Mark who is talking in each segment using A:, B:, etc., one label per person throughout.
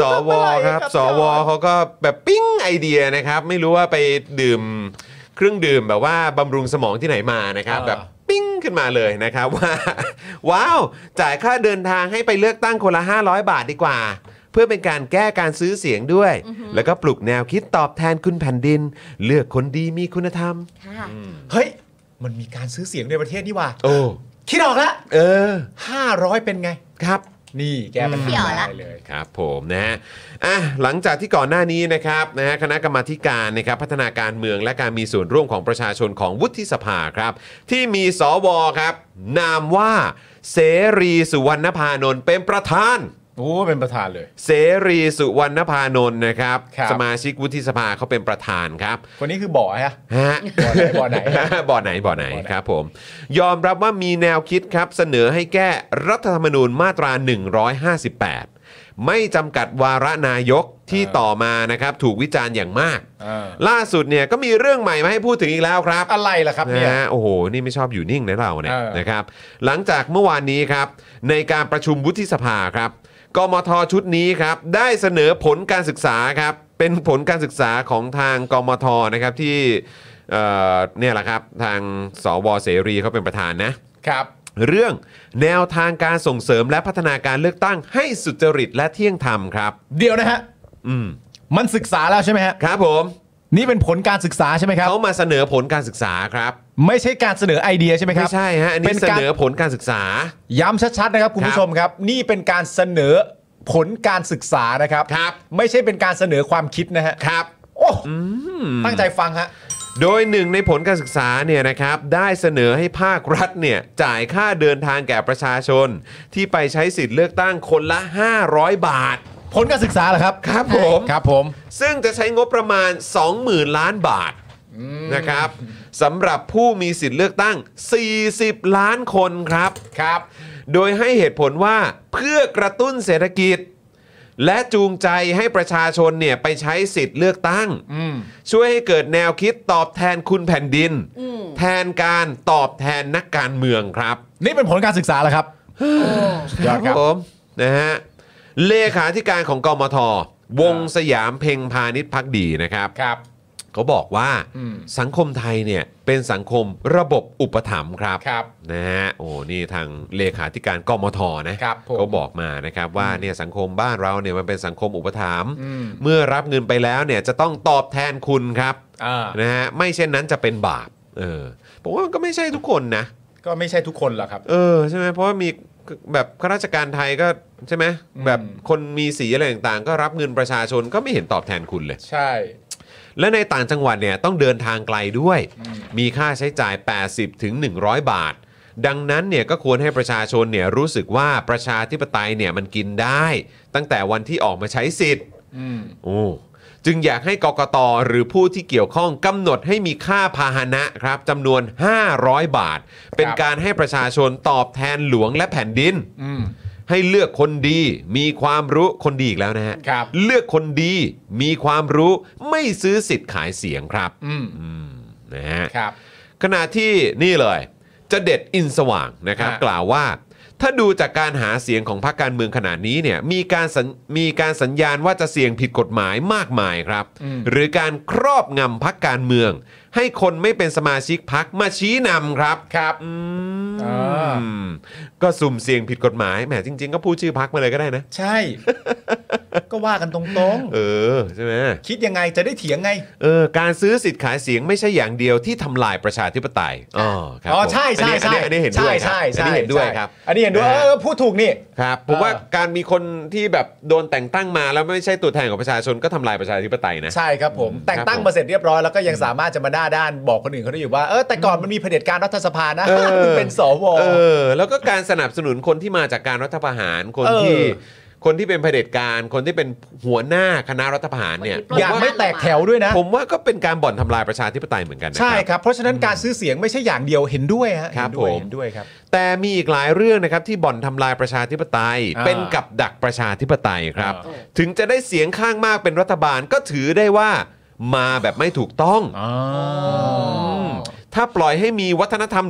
A: สวครับ สวเขาก็แบบปิ้งไอเดียนะครับ ไม่รู้ว่าไปดื่มเครื่องดื่มแบบว่าบำรุงสมองที่ไหนมานะครับ
B: เออ
A: แบบปิ้งขึ้นมาเลยนะครับ ว่า ว้าว จ่ายค่าเดินทางให้ไปเลือกตั้งคนละ 500 บาทดีกว่า เพื่อเป็นการแก้การซื้อเสียงด้วย แล้วก็ปลุกแนวคิดตอบแทนคุณแผ่นดิน เลือกคนดีมีคุณธรรม
C: ค่ะ
B: เฮ้ย มันมีการซื้อเสียงในประเทศนี่ว่า
A: โอ้
B: คิดออกแล้ว
A: เออ
B: ห้าร้อยเป็นไง
A: ครับ
B: นี่แก้ปัญหาได้เลย
A: ครับผมนะฮะอ่ะหลังจากที่ก่อนหน้านี้นะครับนะฮะคณะกรรมาธิการนะครับพัฒนาการเมืองและการมีส่วนร่วมของประชาชนของวุฒิสภาครับ ที่มีสวครับ นามว่าเสรีสุวรรณพานนท์เป็นประธาน
B: โอ้ เป็นประธานเลย
A: เสรีสุวรรณพานนท์นะครับ
B: ครับ
A: สมาชิกวุฒิสภาเขาเป็นประธานครับ
B: คนนี้คือบ่อฮะ
A: ฮะ
B: บ่อไหนบ่อไหน
A: บ่อไหนบ่อไหน
B: บ่อไหน
A: ครับผมยอมรับว่ามีแนวคิดครับ เสนอให้แก้รัฐธรรมนูญมาตรา 158 ไม่จำกัดวาระนายกที่ต่อมานะครับ ถูกวิจารณ์อย่างมาก
B: เออ
A: ล่าสุดเนี่ยก็มีเรื่องใหม่มาให้พูดถึงอีกแล้วครับ
B: อะไรล่ะครับเนี่ย
A: นะฮะโอ้โห นี่ไม่ชอบอยู่นิ่งนะเราเนี่ย
B: เออ
A: นะครับ หลังจากเมื่อวานนี้ครับ ในการประชุมวุฒิสภาครับกมทชุดนี้ครับ ได้เสนอผลการศึกษาครับ เป็นผลการศึกษาของทางกมทนะครับที่เอ่อเนี่ยแหละครับ ทางสวเสรีเขาเป็นประธานนะ
B: ครับ
A: เรื่องแนวทางการส่งเสริมและพัฒนาการเลือกตั้งให้สุจริตและเที่ยงธรรมครับ
B: เดี๋ยวนะฮะ
A: อืม
B: มันศึกษาแล้วใช่ไหมฮะ
A: ครับผม
B: นี่เป็นผลการศึกษาใช่ไหมครับ
A: เขามาเสนอผลการศึกษาครับ
B: ไม่ใช่การเสนอไอเดียใช่ไหมครั
A: ไม่
B: บ
A: ใช่ฮะอันนี้
B: เป็น
A: เส
B: การ
A: นอผลการศึกษา
B: ย้ำชัดๆนะครับคุณ
A: ครับ
B: ผู้ชมครับ นี่เป็นการเสนอผลการศึกษานะครับ
A: ครับ
B: ไม่ใช่เป็นการเสนอความคิดนะฮะ
A: ครับ
B: โอ้ตั้งใจฟังฮะ
A: โดยหนึ่งในผลการศึกษาเนี่ยนะครับได้เสนอให้ภาครัฐเนี่ยจ่ายค่าเดินทางแก่ประชาชน ที่ไปใช้สิทธิ์เลือกตั้งคนละ 500 บาท
B: ผลการศึกษาเหรอครับ
A: ครับผม
B: ครับผม
A: ซึ่งจะใช้งบประมาณ 20,000 ล้านบาทนะครับสำหรับผู้มีสิทธิ์เลือกตั้ง 40 ล้านคนครับ
B: ครับ
A: โดยให้เหตุผลว่าเพื่อกระตุ้นเศรษฐกิจ และจูงใจให้ประชาชนเนี่ยไปใช้สิทธิ์เลือกตั้ง
B: อืม
A: ช่วยให้เกิดแนวคิดตอบแทนคุณแผ่นดิน แทนการตอบแทนนักการเมืองครับ
B: นี่เป็นผลการศึกษาเหรอครับยอดครับ
A: ผมนะฮะเลขาธิการของกมท วงสยามเพ็งพาณิชย์พักดีนะครับ
B: ครับ
A: เขาบอกว่า
B: อืม
A: สังคมไทยเนี่ยเป็นสังคมระบบอุปถัมภ์ครับ
B: ครับ
A: นะฮะโอ้นี่ทางเลขาธิการกมทนะครับ
B: ผม
A: เขาบอกมานะครับว่าเนี่ยสังคมบ้านเราเนี่ยมันเป็นสังคมอุปถัมภ์
B: อืม
A: เมื่อรับเงินไปแล้วเนี่ยจะต้องตอบแทนคุณครับ
B: อ่า
A: นะฮะไม่เช่นนั้นจะเป็นบาปเออผมว่ามันก็ไม่ใช่ทุกคนนะ
B: ก็ไม่ใช่ทุกคนหรอกครับ
A: เออใช่ไหมเพราะว่ามีแบบข้าราชการไทยก็ใช่ไหมแบบคนมีสีอะไรต่างๆ ก็รับเงินประชาชนก็ไม่เห็นตอบแทนคุณเลย
B: ใช่
A: และในต่างจังหวัดเนี่ยต้องเดินทางไกลด้วย มีค่าใช้จ่าย 80 ถึง 100 บาท ดังนั้นเนี่ยก็ควรให้ประชาชนเนี่ยรู้สึกว่าประชาธิปไตยเนี่ยมันกินได้ ตั้งแต่วันที่ออกมาใช้สิทธิ์
B: อืม
A: โอ้จึงอยากให้กกตหรือผู้ที่เกี่ยวข้องกำหนดให้มีค่าพาหนะครับจำนวน 500 บาท เป็นการให้ประชาชนตอบแทนหลวงและแผ่นดิน
B: อืม
A: ให้เลือกคนดีมีความรู้คนดีอีกแล้วนะฮะ
B: ครับ
A: เลือกคนดีมีความรู้ไม่ซื้อสิทธิ์ขายเสียงครับ
B: อืม
A: อืมนะฮะ
B: ครับ
A: ขณะที่นี่เลยเจะเด็ดอินสว่างนะครับ
B: ฮะ
A: กล่าวว่า ถ้าดูจากการหาเสียงของพรรคการเมืองขนาดนี้เนี่ยมีการสัญมีการสัญญาณว่าจะเสี่ยงผิดกฎหมายมากมายครับ หรือการครอบงำพรรคการเมือง ให้คนไม่เป็นสมาชิกพรรคมาชี้นำครับ
B: ครับ
A: อืม
B: อ่า
A: ก็สุ่มเสี่ยงผิดกฎหมายแหมจริง ๆ ก็พูดชื่อพักมาเลยก็ได้นะ
B: ใช่ ก็ว่ากันตรง
A: เออใช่ไหม
B: ๆ คิดยังไงจะได้เถียงไง
A: เออการซื้อสิทธิ์ขายเสียงไม่ใช่อย่างเดียวที่ทำลายประชาธิปไตยอ๋อครับ
B: อ๋อ
A: ผม
B: ใช่ใช่ใช่
A: อันนี้อันนี้เห็นด้วยครับ
B: ใช่
A: อัน
B: ใช่
A: นี้เห็นด้วยครับ
B: อันนี้เห็นด้วย
A: ะ
B: เอ
A: ฮะ
B: อ พูดถูกนี่
A: ครับผมว่า
B: เออ
A: การมีคนที่แบบโดนแต่งตั้งมาแล้วไม่ใช่ตัวแทนของประชาชนก็ทำลายประชาธิปไตยนะ
B: ใช่ครับผม แต่งตั้งมาเสร็จเรียบร้อยแล้วก็ยังสามารถจะมาด้าด้านบอกคนอื่นเขาได้อยู่ว่า เออ แต่ก่อนมันมีเผด็จการรัฐสภานะ
A: เออ
B: คุณเป็นสว
A: เออแล้วก็การสนับสนุนคนที่มาจากการรัฐประหารคน
B: เออ
A: ที่ คนที่เป็นเผด็จการคนที่เป็นหัวหน้าคณะรัฐประหารเนี่ย
C: คน
B: อย่าง
C: ที่ปล้น
B: ไม่แตกแถวด้วยนะ
A: ผมว่าก็เป็นการบ่อนทำลายประชาธิปไตยเหมือนกันนะค
B: ใช่
A: รับ
B: ครับ เพราะฉะนั้นการซื้อเสียงไม่ใช่อย่างเดียวเห็นด้วยฮะ
A: ครับ
B: เห็นด้วย
A: ผม
B: เห็นด้วยครับ
A: แต่มีอีกหลายเรื่องนะครับที่บ่อนทำลายประชาธิปไตย
B: อ่า
A: เป็นกับดักประชาธิปไตยครับ
B: อ่า
A: ถึงจะได้เสียงข้างมากเป็นรัฐบาลก็ถือได้ว่ามาแบบไม่ถูกต้อง
B: อ๋อ
A: ถ้าปล่อยให้มีวัฒนธรรม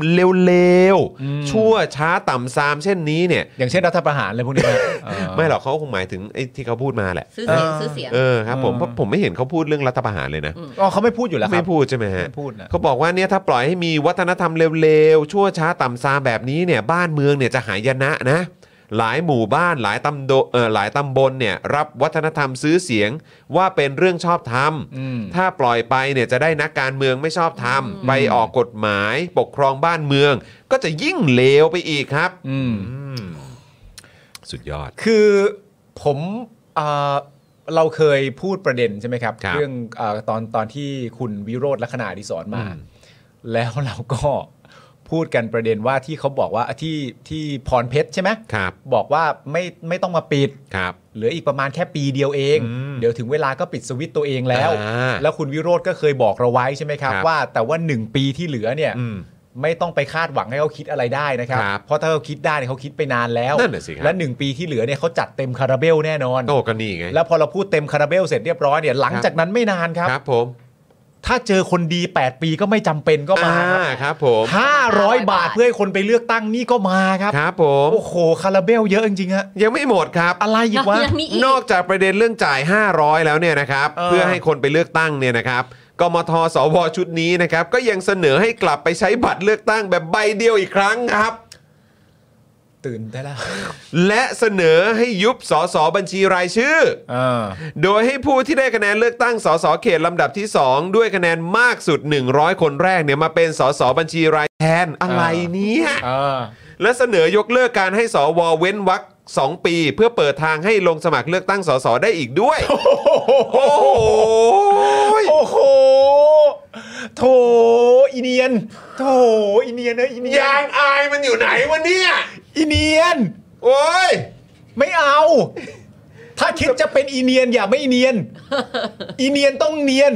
A: เลวๆ ชั่วช้าต่ำซามเช่นนี้เนี่ย
B: อย่างเช่นรัฐประหารอะไรพวกนี้นะเออ
A: ไม่หรอกเขาคงหมายถึงไอ้ที่เขาพูดมาแหละ
C: ซื้อเสียง
B: เออ
C: ซื้อเสียง
A: เออครับผม
B: อืม
A: เพราะผมไม่เห็นเขาพูดเรื่องรัฐประหารเลยนะ
B: อ๋อเขาไม่พูดอยู่แล้วครั
A: ไม่
B: บ
A: พูดใช่ไหมฮะ
B: ไม่พูดนะ
A: เขาบอกว่าเนี่ยถ้าปล่อยให้มีวัฒนธรรมเลวๆ ชั่วช้าต่ำซามแบบนี้เนี่ยบ้านเมืองเนี่ยจะหายนะนะ หลายหมู่บ้านหลายตำโดเอ่อหลายตำบลเนี่ยรับวัฒนธรรมซื้อเสียงว่าเป็นเรื่องชอบธรรม
B: อืม
A: ถ้าปล่อยไปเนี่ยจะได้นักการเมืองไม่ชอบธรรมไปออกกฎหมายปกครองบ้านเมือง ก็จะยิ่งเลวไปอีกครับ
B: อืม
A: อืมสุดยอด
B: คือผมเอ่อเราเคยพูดประเด็นใช่ไหมครับ
A: ครับ
B: เรื่องเออตอนตอนที่คุณวิโรธลักษณะอดิสรมา
A: อืม
B: แล้วเราก็พูดกันประเด็นว่าที่เขาบอกว่าอ่ะที่ที่พรเพชรใช่ไหม
A: ครับ
B: บอกว่าไม่ไม่ต้องมาปิด
A: ครับ
B: เหลืออีกประมาณแค่ปีเดียวเอง
A: อืม
B: เดี๋ยวถึงเวลาก็ปิดสวิตช์ตัวเองแล้ว
A: อ่า
B: แล้วคุณวิโรธก็เคยบอกเราไว้ใช่ไหมครับ
A: ครับ
B: ว่าแต่ว่าหนึ่งปีที่เหลือเนี่ย
A: อืม
B: ไม่ต้องไปคาดหวังให้เขาคิดอะไรได้นะครับ
A: ครับ
B: เพราะถ้าเขาคิดได้เนี่ยเขาคิดไปนานแล้ว
A: นั่นน่ะสิครับ
B: และหนึ่งปีที่เหลือเนี่ยเขาจัดเต็มคาราเบลแน่นอน
A: โอ้ก็นี่ไง
B: แล้วพอเราพูดเต็มคาราเบลเสร็จเรียบร้อยเนี่ยหลัง
A: ครับ
B: จากนั้นไม่นานครับ
A: ครับผม
B: ถ้าเจอคนดี 8 ปีก็ไม่จำเป็นก็มา
A: อ่ครับผม
B: ห้าร้อย
C: 500
B: บาทเพื่อให้คนไปเลือกตั้งนี่ก็มาครับ
A: ครับผม
B: โอ้โหคาราเบลเยอะจริงๆฮะ
A: ยังไม่หมดครับ
B: อะไรอีกวะ
C: ยังมีอีก
A: นอกจากประเด็นเรื่องจ่าย 500 แล้วเนี่ยนะครับ
B: เออ
A: เพื่อให้คนไปเลือกตั้งเนี่ยนะครับกมทสวชุดนี้นะครับ ก็ยังเสนอให้กลับไปใช้บัตรเลือกตั้งแบบใบเดียวอีกครั้งครับ
B: ตื่นได้แล้ว
A: และเสนอให้ยุบสสบัญชีรายชื่อ
B: เออ
A: โดยให้ผู้ที่ได้คะแนนเลือกตั้งสสเขตลำดับที่ 2 ด้วยคะแนนมากสุด 100 คนแรกเนี่ยมาเป็นสสบัญชีรายแทนอะไร
B: เออ
A: เนี่ย
B: เออ
A: และเสนอยกเลิกการให้สวเว้นวรรคสองปี เพื่อเปิดทางให้ลงสมัครเลือกตั้งสสได้อีกด้วย โอ้โห
B: โอ้โห โถอีเนียน โถอีเนียนเอ้ยอีเนีย
A: ยาน งอายมันอยู่ไหนวะเนี่ย
B: อีเนียน
A: โอ้ย
B: ไม่เอา ถ้าคิดจะเป็นอีเนียนอย่าไม่เนียน อีเนียนต้องเนียน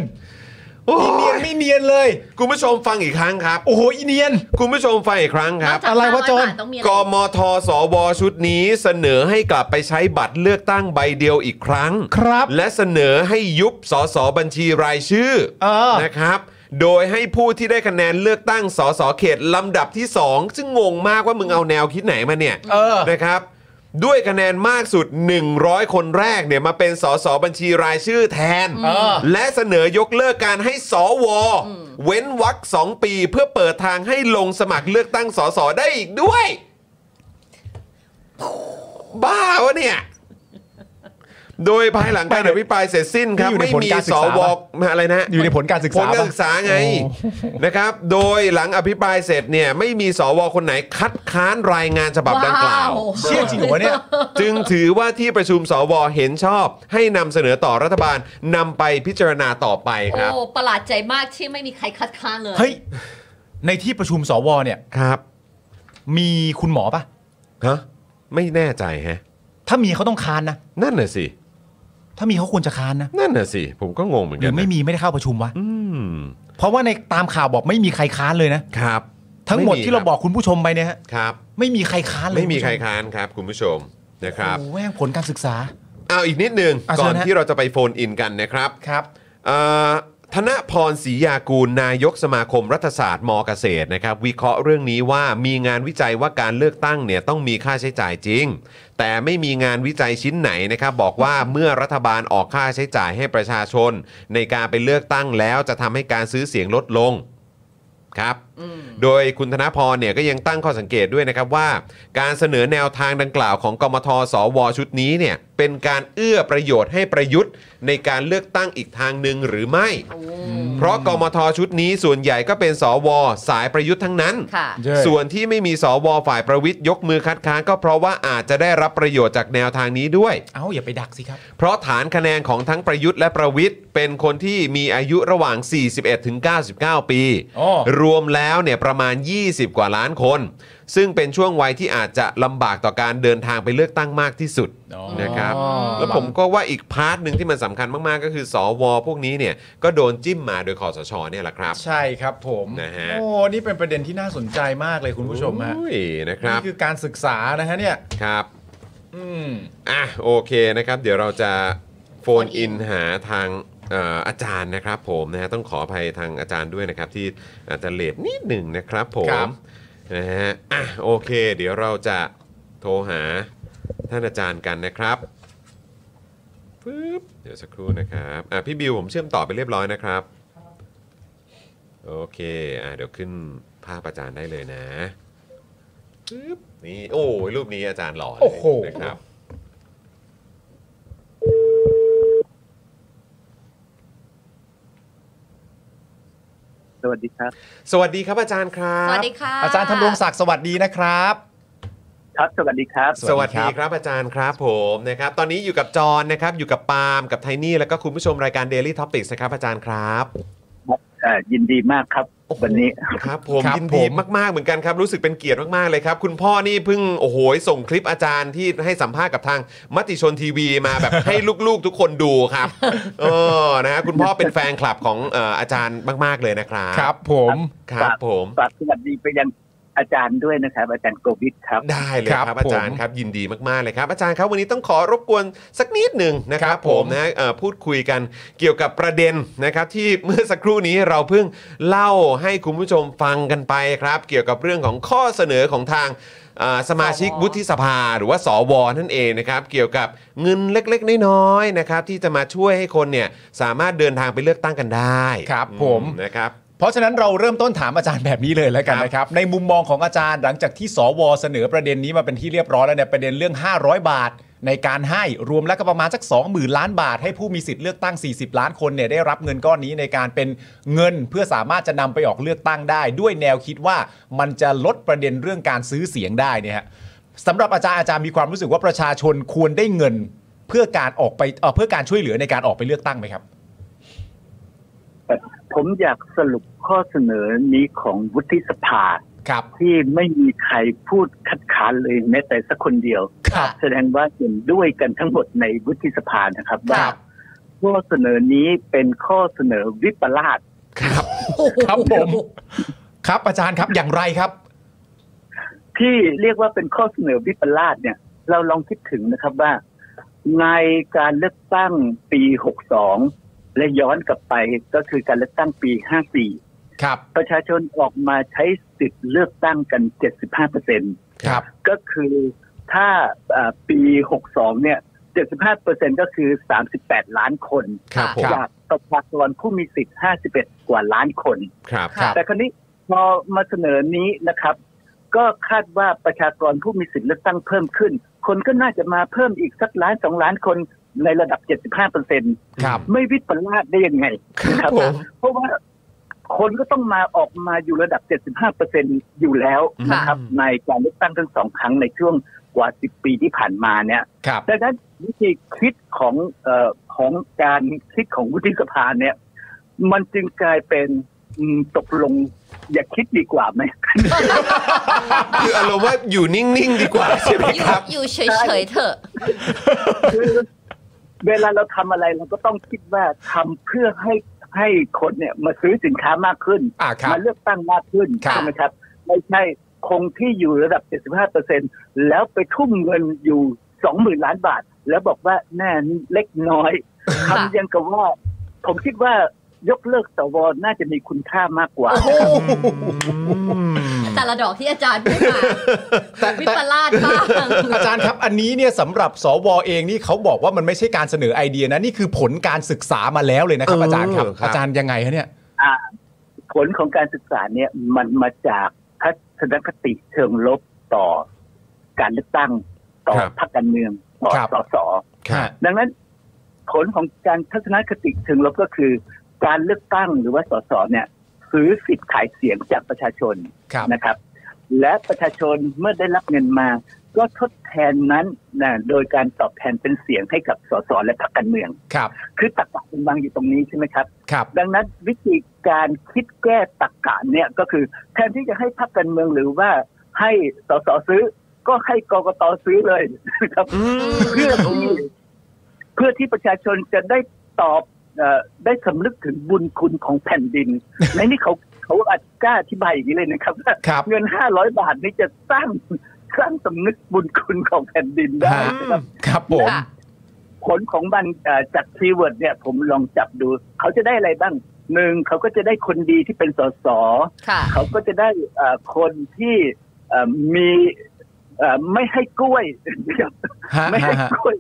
A: โอ้
B: อีเนียน
A: ย
B: ไม่เนียนเลย
A: คุณผู้ชมฟังอีกครั้งครับ
B: โอ้โห อีเนียน
A: คุณผู้ชมฟังอีกครั้งครับ
C: นกจา
B: อะไรวะ
C: 500
B: โจร
C: บาทต้องมีอะไร
A: กมทสวชุดนี้เสนอให้กลับไปใช้บัตรเลือกตั้งใบเดียวอีกครั้ง
B: ครับ
A: และเสนอให้ยุบสสบัญชีรายชื่อ
B: เออ
A: นะครับ โดยให้ผู้ที่ได้คะแนนเลือกตั้งสสเขตลำดับที่ 2 ซึ่งงงมากว่ามึงเอาแนวคิดไหนมาเนี่ย
B: เออ
A: นะครับ ด้วยคะแนนมากสุด 100 คนแรกเนี่ยมาเป็นสสบัญชีรายชื่อแทน
B: เออ
A: และเสนอยกเลิกการให้สว เว้นวรรคสองปีเพื่อเปิดทางให้ลงสมัครเลือกตั้งสสได้อีกด้วย บ้าวะเนี่ย โดยภายหลังการอภิปรายเสร็จสิ้นครับ
B: นี่อยู่ใน
A: ไม่
B: ผล
A: มี
B: การศึ
A: ส
B: กษาวปะ
A: อะไรนะฮะ
B: อยู่ในผลการศึก
A: ผล
B: ษา
A: การ
B: ปะ
A: ศึกษาไงนะครับ โดยหลังอภิปรายเสร็จเนี่ยไม่มีสวคนไหนคัดค้านรายงานฉบับดังกล่าว
B: เชี่ยจริงเหรอวะเนี่ย
A: จึงถือว่าที่ประชุมสวเห็นชอบ ให้นำเสนอต่อรัฐบาลนำไปพิจารณาต่อไปครับ
C: โอ้ประหลาดใจมากที่ไม่มีใครคัดค้านเลย
B: เฮ้ย ในที่ประชุมสวเนี่ย
A: ครับ
B: มีคุณหมอปะ
A: ฮะไม่แน่ใจแฮะ
B: ถ้ามีเขาต้องค้านนะ
A: นั่นน่ะสิ
B: ถ้ามีเขาควรจะค้านนะ
A: นั่นน่ะสิ ผมก็งงเหมือน
B: ห
A: กั
B: รื
A: น
B: อ
A: นะ
B: ไม่มีไม่ได้เข้าประชุมวะ
A: อืม
B: เพราะว่าในตามข่าวบอกไม่มีใครค้านเลยนะ
A: ครับ
B: ทั้งหมดที่เราบอกคุณผู้ชมไปเนี่ยฮะ
A: ครับ
B: ไม่มีใครค้านเลย
A: ไม่มีใคร
B: ณผู้ช
A: ค้านครับ คุณผู้ชมนะครับ
B: โอ้โหแม่งผลการศึกษา
A: เอาอีกนิดนึง
B: อ่ะเชิ
A: ก่
B: ญ
A: อน
B: ฮะ
A: ที่เราจะไปโฟนอินกันนะครับ
B: ครับ
A: เอ่อธนพรศรียากูล นายกสมาคมรัฐศาสตร์มเกษตรนะครับ วิเคราะห์เรื่องนี้ว่ามีงานวิจัยว่าการเลือกตั้งเนี่ยต้องมีค่าใช้จ่ายจริง แต่ไม่มีงานวิจัยชิ้นไหนนะครับ บอกว่าเมื่อรัฐบาลออกค่าใช้จ่ายให้ประชาชน ในการไปเลือกตั้งแล้วจะทำให้การซื้อเสียงลดลงครับ
C: อืม
A: โดยคุณธนาพรเนี่ยก็ยังตั้งข้อสังเกตด้วยนะครับว่า การเสนอแนวทางดังกล่าวของกมทสวชุดนี้เนี่ยเป็นการเอื้อประโยชน์ให้ประยุทธ์ในการเลือกตั้งอีกทางหนึ่งหรือไม่
C: โอ้
A: เพราะกมทชุดนี้ส่วนใหญ่ก็เป็นสวสายประยุทธ์ทั้งนั้น
C: ค่ะ
B: ใช่
A: ส่วนที่ไม่มีสวฝ่ายประวิทย์ยกมือคัดค้านก็เพราะว่าอาจจะได้รับประโยชน์จากแนวทางนี้ด้วย
B: เอ้าอย่าไปดักสิครับ
A: เพราะฐานคะแนนของทั้งประยุทธ์และประวิทย์เป็นคนที่มีอายุระหว่าง 41 ถึง 99 ปี
B: อ๋อ
A: รวมแล้วเนี่ยประมาณ 20 กว่าล้านคน ซึ่งเป็นช่วงวัยที่อาจจะลำบากต่อการเดินทางไปเลือกตั้งมากที่สุด นะครับ แล้วผมก็ว่าอีกพาร์ทหนึ่งที่มันสำคัญมาก ๆ ก็คือ สว พวกนี้เนี่ยก็โดนจิ้มมาโดยคอสชเนี่ยแหละครับ
B: ใช่ครับผม
A: นะฮะ
B: โอ้นี่เป็นประเด็นที่น่าสนใจมากเลยคุณผู้ชมฮะ
A: โอ้ยนะครับ
B: นี่คือการศึกษานะฮะเนี่ย
A: ครับ
B: อืม
A: อ่ะโอเคนะครับ เดี๋ยวเราจะโฟน
C: Phone
A: อิน
C: in
A: หาทาง เอ่ออาจารย์นะครับผมนะฮะต้องขออภัยทางอาจารย์ด้วยนะครับ ที่อาจจะเลทนิดหนึ่งนะครับผ
B: ครั
A: ม
B: บ
A: นะฮะอ่ะโอเค เดี๋ยวเราจะโทรหาท่านอาจารย์กันนะครับปึ๊บเดี๋ยวสักครู่นะครับอ่ะพี่บิวผมเชื่อมต่อไปเรียบร้อยนะครับ โอเคอ่ะเดี๋ยวขึ้นภาพอาจารย์ได้เลยนะปึ๊บนี่โอ้ยรูปนี้อาจารย์หล่อเล
B: โอ้
A: ย
B: โห
A: นะครับ
D: สวัสดีครับ
A: สวัสดีครับอาจารย์ครับ
C: สวัสดีค่ะ
B: อาจารย์ธำรงศักดิ์สวัสดีนะครับ
D: ครับ สวัสดีครับ
A: สวัสดีครับอาจารย์ครับผมนะครับ ตอนนี้อยู่กับจอนนะครับ อยู่กับปาล์มกับไทนี่แล้วก็คุณผู้ชมรายการ Daily Topics นะครับอาจารย์ครับ
D: เอ่อยินดีมากครับ
A: โอ้โห
D: วันนี้
A: ครับผม
B: ครับ
A: ยินดี
B: ผม
A: มากๆเหมือนกันครับ รู้สึกเป็นเกียรติมากๆเลยครับ คุณพ่อนี่เพิ่งโอ้โหส่งคลิปอาจารย์ที่ให้สัมภาษณ์กับทางมติชนทีวีมาแบบ ให้ลูกๆทุกคนดูครับเออนะฮะคุณพ่อเป็นแฟนคลับของเอ่ออาจารย์มาก ๆเลยนะครับ
B: ครับผม
A: ครับผม
D: ฝากสวัสดีไปยังอาจารย์ด้วยนะครับ อาจารย์โกวิทครับ
A: ได้เลยค
B: ครั
A: รับบ อาจารย์
B: ผม
A: ครับยินดีมากๆเลยครับ อาจารย์ครับวันนี้ต้องขอรบกวนสักนิดหนึ่งนะครับ
B: ครับ
A: ผ
B: ผม ม
A: นะเอ่อพูดคุยกันเกี่ยวกับประเด็นนะครับ ที่เมื่อสักครู่นี้เราเพิ่งเล่าให้คุณผู้ชมฟังกันไปครับ เกี่ยวกับเรื่องของข้อเสนอของทางอ่าสมาชิกวุฒิสภาหรือว่าสวนั่นเองนะครับ เกี่ยวกับเงินเล็กๆน้อยๆนะครับ ที่จะมาช่วยให้คนเนี่ยสามารถเดินทางไปเลือกตั้งกันได้
B: ครับผม
A: อืนะครับ
B: เพราะฉะนั้นเราเริ่มต้นถามอาจารย์แบบนี้เลยแล้วกันนะครับ ในมุมมองของอาจารย์หลังจากที่สวเสนอประเด็นนี้มาเป็นที่เรียบร้อยแล้วในยประเด็นเรื่อง 500 บาท ในการให้รวมแล้วก็ประมาณสัก 20,000 ล้านบาท ให้ผู้มีสิทธิ์เลือกตั้ง 40 ล้านคนเนี่ยได้รับเงินก้อนนี้ในการเป็นเงินเพื่อสามารถจะนำไปออกเลือกตั้งได้ ด้วยแนวคิดว่ามันจะลดประเด็นเรื่องการซื้อเสียงได้เนี่ยฮะสำหรับอาจารย์อาจารย์มีความรู้สึกว่าประชาชนควรได้เงินเพื่อการออกไปเอ่อเพื่อการช่วยเหลือในการออกไปเลือกตั้งไหมครับ
D: ผมอยากสรุปข้อเสนอนี้ของวุฒิสภา
B: ครับ
D: ที่ไม่มีใครพูดคัดค้านเลยแม้แต่สักคนเดียว
B: ครับ
D: แสดงว่าเห็นด้วยกันทั้งหมดในวุฒิสภานะครับ
B: ค
D: ว่า
B: รับ
D: ข้อเสนอนี้เป็นข้อเสนอวิปลาส
B: ครับผม ครับอาจารย์ครับอย่างไรครับ
D: ที่เรียกว่าเป็นข้อเสนอวิปลาสเนี่ย เราลองคิดถึงนะครับว่า ในการเลือกตั้งปี 62 และย้อนกลับไปก็คือการเลือกตั้งปี
B: ครับ
D: 54 ประชาชนออกมาใช้สิทธิ์เลือกตั้งกัน 75%
B: ครับ
D: ก็คือถ้าเอ่อปี 62 เนี่ย 75%ก็คือ 38 ล้านคน
A: ครับผม
D: จากประชากรผู้มีสิทธิ์ 51 กว่าล้านคน
A: ครับ
C: ค่ะ
D: แต่คราวนี้พอมาเสนอนี้นะครับ ก็คาดว่าประชากรผู้มีสิทธิ์เลือกตั้งเพิ่มขึ้น คนก็น่าจะมาเพิ่มอีกสักล้านสองล้านคนในระดับ 75เปอร์เซ็น
B: ครับ
D: ไม่วิปลาสได้ยังไงนะครับ
A: ผม
D: เพราะว่าคนก็ต้องมาออกมาอยู่ระดับ 75เปอร์เซ็นอยู่แล้วนะครับ ในการเลือกตั้งทั้งสองครั้งในช่วงกว่า 10 ปีที่ผ่านมาเนี่ย
B: ครับ
D: ดังนั้นวิธีคิดของเอ่อของการคิดของวุฒิสภาเนี่ย มันจึงกลายเป็นอืมตกลงอย่าคิดดีกว่าไหม
A: คืออารมณ์ว่าอยู่นิ่งๆดีกว่าใช่ไหมค
C: อยู่
A: รับ
C: อยู่เฉยๆเถอะ
D: คือเวลาเราทำอะไรเราก็ต้องคิดว่าทำเพื่อให้ให้คนเนี่ยมาซื้อสินค้ามากขึ้น
B: อ่าครับ
D: มาเลือกตั้งมากขึ้น
B: ครับ
D: ใช่ไหมครับ ไม่ใช่คงที่อยู่ระดับ 75%แล้วไปทุ่มเงินอยู่ 20,000 ล้านบาท แล้วบอกว่าแน่นี่เล็กน้อย
C: ค่ะ
D: ทำยังกับว่า ผมคิดว่ายกเลิกสวน่าจะมีคุณค่ามากกว่า
B: โอ้โห
C: แต่ละดอกที่อาจารย์พูดมา
B: แต่
C: วิ
B: แต่
C: ปลาสบ้าง
B: อาจารย์ครับ อันนี้เนี่ยสำหรับสวเองนี่เขาบอกว่ามันไม่ใช่การเสนอไอเดียนะนี่คือผลการศึกษามาแล้วเลยนะครับ
A: เออ
B: อาจารย์ครับ
A: ครับ
B: อาจารย์ยังไงฮะเนี่ย
D: ผลของการศึกษาเนี่ยมันมาจากทัศนคติเชิงลบต่อการเลือกตั้งต่อ
A: ครับ
D: พรรคการเมืองต่อ
B: ครับ
D: สสดังนั้น ผลของการทัศนคติเชิงลบก็คือ การเลือกตั้งหรือว่าสสเนี่ยซื้อสิทธิ์ขายเสียงจากประชาชน
B: ครับ
D: นะครับ และประชาชนเมื่อได้รับเงินมา ก็ทดแทนนั้นนะโดยการตอบแทนเป็นเสียงให้กับสสและพรรคการเมือง
B: ครับ
D: คือตรรกะมันวางอยู่ตรงนี้ใช่ไหมครับ
B: ครับ
D: ดังนั้นวิธีการคิดแก้ตรรกะเนี่ยก็คือ แทนที่จะให้พรรคการเมืองหรือว่าให้สสซื้อ ก็ให้กกตซื้อเลยนะครับ เพื่อที่เพื่อที่ประชาชนจะได้ตอบเออได้สำนึกถึงบุญคุณของแผ่น ดิน ในนี่เขาเขาอาจกล้าอธิบายอย่างนี้เลยนะครับ ว่า
B: ครับ
D: เงินห้าร้อยบาทนี่จะ สร้างสร้างสำนึกบุญคุณของแผ่นดินได้
B: ฮะ
D: นะครับ
B: ครับผม
C: ค่ะ
D: ผลของมันเอ่อจากคีย์เวิร์ดเนี่ยผมลองจับดู เขาจะได้อะไรบ้างหนึ่งเขาก็จะได้คนดีที่เป็นสส
C: ค่ะ
D: เขาก็จะได้เอ่อคนที่เอ่อมีเอ่อไม่ให้กล้วย นะครับ
B: ฮะ
D: ไม่ให้
B: ฮะฮะ
D: กล้วย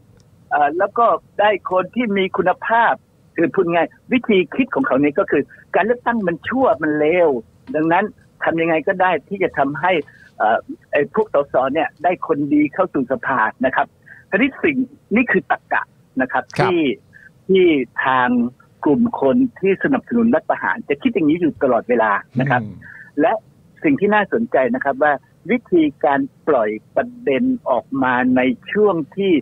D: เอ่อแล้วก็ได้คนที่มีคุณภาพคือพูดง่ายวิธีคิดของเขานี้ก็คือ การเลือกตั้งมันชั่วมันเลวดังนั้นทำยังไงก็ได้ที่จะทำให้เอ่อไอ้พวกสสเนี่ยได้คนดีเข้าสู่สภานะครับทีนี้สิ่งนี่คือตรรกะนะครับ
B: ครับ
D: ที่ที่ทางกลุ่มคนที่สนับสนุนรัฐประหาร จะคิดอย่างนี้อยู่ตลอดเวลานะครับ
B: อืม
D: และสิ่งที่น่าสนใจนะครับว่าวิธีการปล่อยประเด็นออกมาในช่วงที่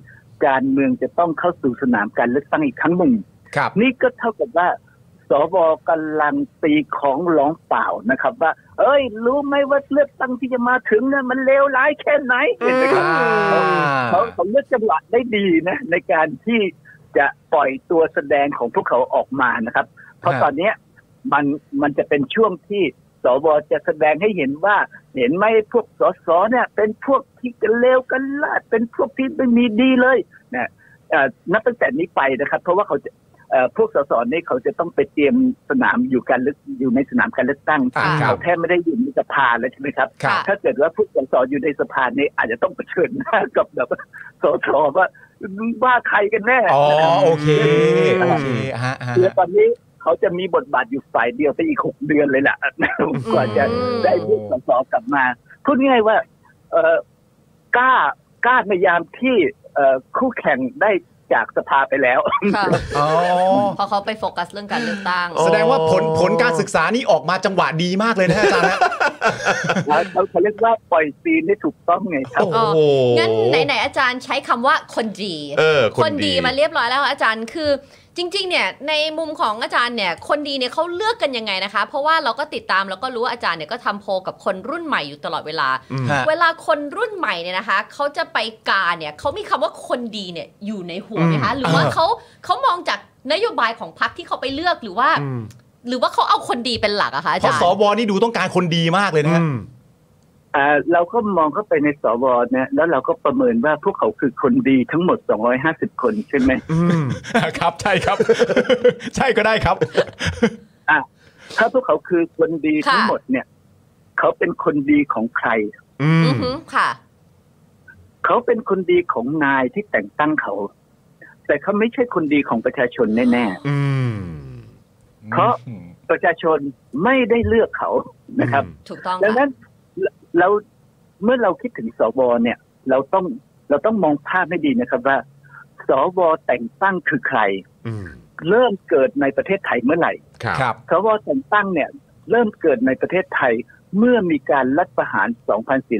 D: การเมืองจะต้องเข้าสู่สนามการเลือกตั้งอีกครั้งหนึ่ง
B: ครับ
D: นี่ก็เท่ากับว่า สวกำลังตีของร้องเปล่านะครับ ว่า เอ้ย รู้ไหมว่าเลือกตั้งที่จะมาถึงเนี่ยมันเลวร้ายแค่ไหนเห็นไหมครับ เขาเขาเลือกจังหวะได้ดีนะ ในการที่จะปล่อยตัวแสดงของพวกเขาออกมานะครับ เพ
B: ค
D: ราะ
B: รับ
D: ตอนเนี้ยมันมันจะเป็นช่วงที่สวจะแสดงให้เห็นว่า เห็นไหมพวกสสเนี่ย เป็นพวกที่กันเลวกันลาดเป็นพวกที่ไม่มีดีเลยนะเอ่อนับตั้งแต่นี้ไปนะครับ เพราะว่าเขาจะเอ่อพวกสสนี่เขาจะต้องไปเตรียมสนามอยู่การเลือกอยู่ในสนามการเลือกตั้ง
B: อ่าครับ
D: เขาแทบไม่ได้อยู่ในสภาเลยใช่ไหมครับ
B: ครับ
D: ถ้าเกิดว่าผู้สสอยู่ในสภาเนี่ยอาจจะต้องเผชิญหน้ากับแบบสสว่าว่าใครกันแน่
B: อ๋อ
D: นะครับ
B: โอเคโอเคฮะฮะ
D: คือ
B: ฮะ
D: ตอนนี้เขาจะมีบทบาทอยู่ฝ่ายเดียวไปอีกหกเดือนเลยล่ะ กว่าจะได้ผู้สสกลับมาพูดง่ายๆว่า เอ่อกล้ากล้าในยามที่เอ่อคู่แข่งได้จากสภาไปแล้ว
C: ค่ะ
B: อ๋อ
C: เพราะเขาไปโฟกัสเรื่องการเลือกตั้ง
B: แสดงว่าผลผลการศึกษานี่ออกมาจังหวะดีมากเลยนะฮะอาจารย์ฮะ
D: แล้วเขาเขาเรียกว่าปล่อยซีนได้ถูกต้องไงครับ
A: โอ้โห
C: งั้นไหนๆอาจารย์ใช้คำว่าคนดี
A: เออ ค
C: คน น
A: ดี
C: ดีมาเรียบร้อยแล้วอาจารย์คือจริง ๆ เนี่ยในมุมของอาจารย์เนี่ยคนดีเนี่ยเขาเลือกกันยังไงนะคะ เพราะว่าเราก็ติดตามแล้วก็รู้ว่าอาจารย์เนี่ยก็ทำโพลกับคนรุ่นใหม่อยู่ตลอดเวลา
A: อืม
B: ฮะ
C: เวลาคนรุ่นใหม่เนี่ยนะคะเขาจะไปกาเนี่ยเขามีคำว่าคนดีเนี่ยอยู่ในหัวไหมคะหรือว่า
B: เออ
C: เขาเขามองจากนโยบายของพรรคที่เขาไปเลือกหรือว่า
A: อืม
C: หรือว่าเขาเอาคนดีเป็นหลักอะคะอา
B: เพราะ
C: จารย์
B: สวนี่ดูต้องการคนดีมากเลยนะฮะ
A: อืม
D: อ่าเราก็มองเข้าไปในสวนะแล้วเราก็ประเมินว่าพวกเขาคือคนดีทั้งหมด 250 คนใช่ไหม
A: อืม
B: ครับใช่ครับ ใช่ก็ได้ครับ
D: ถ้าพวกเขาคือคนดีทั้งหมดเนี่ย เขาเป็นคนดีของใคร
A: อื
C: อื
A: ม
C: อหือค่ะ
D: เขาเป็นคนดีของนายที่แต่งตั้งเขา แต่เขาไม่ใช่คนดีของประชาชนแน่
A: อืม
D: เพราะ ๆ ประชาชนไม่ได้เลือกเขานะครับ
C: ถูกต้อง
D: ดัง
C: ค่ะ
D: นั้นเราเมื่อเราคิดถึงสวเนี่ย เราต้องเราต้องมองภาพให้ดีนะครับว่า สวแต่งตั้งคือใคร
A: อืม
D: เริ่มเกิดในประเทศไทยเมื่อไหร่
A: ครับ
B: ครับ
D: สวแต่งตั้งเนี่ยเริ่มเกิดในประเทศไทยเมื่อมีการรัฐประหาร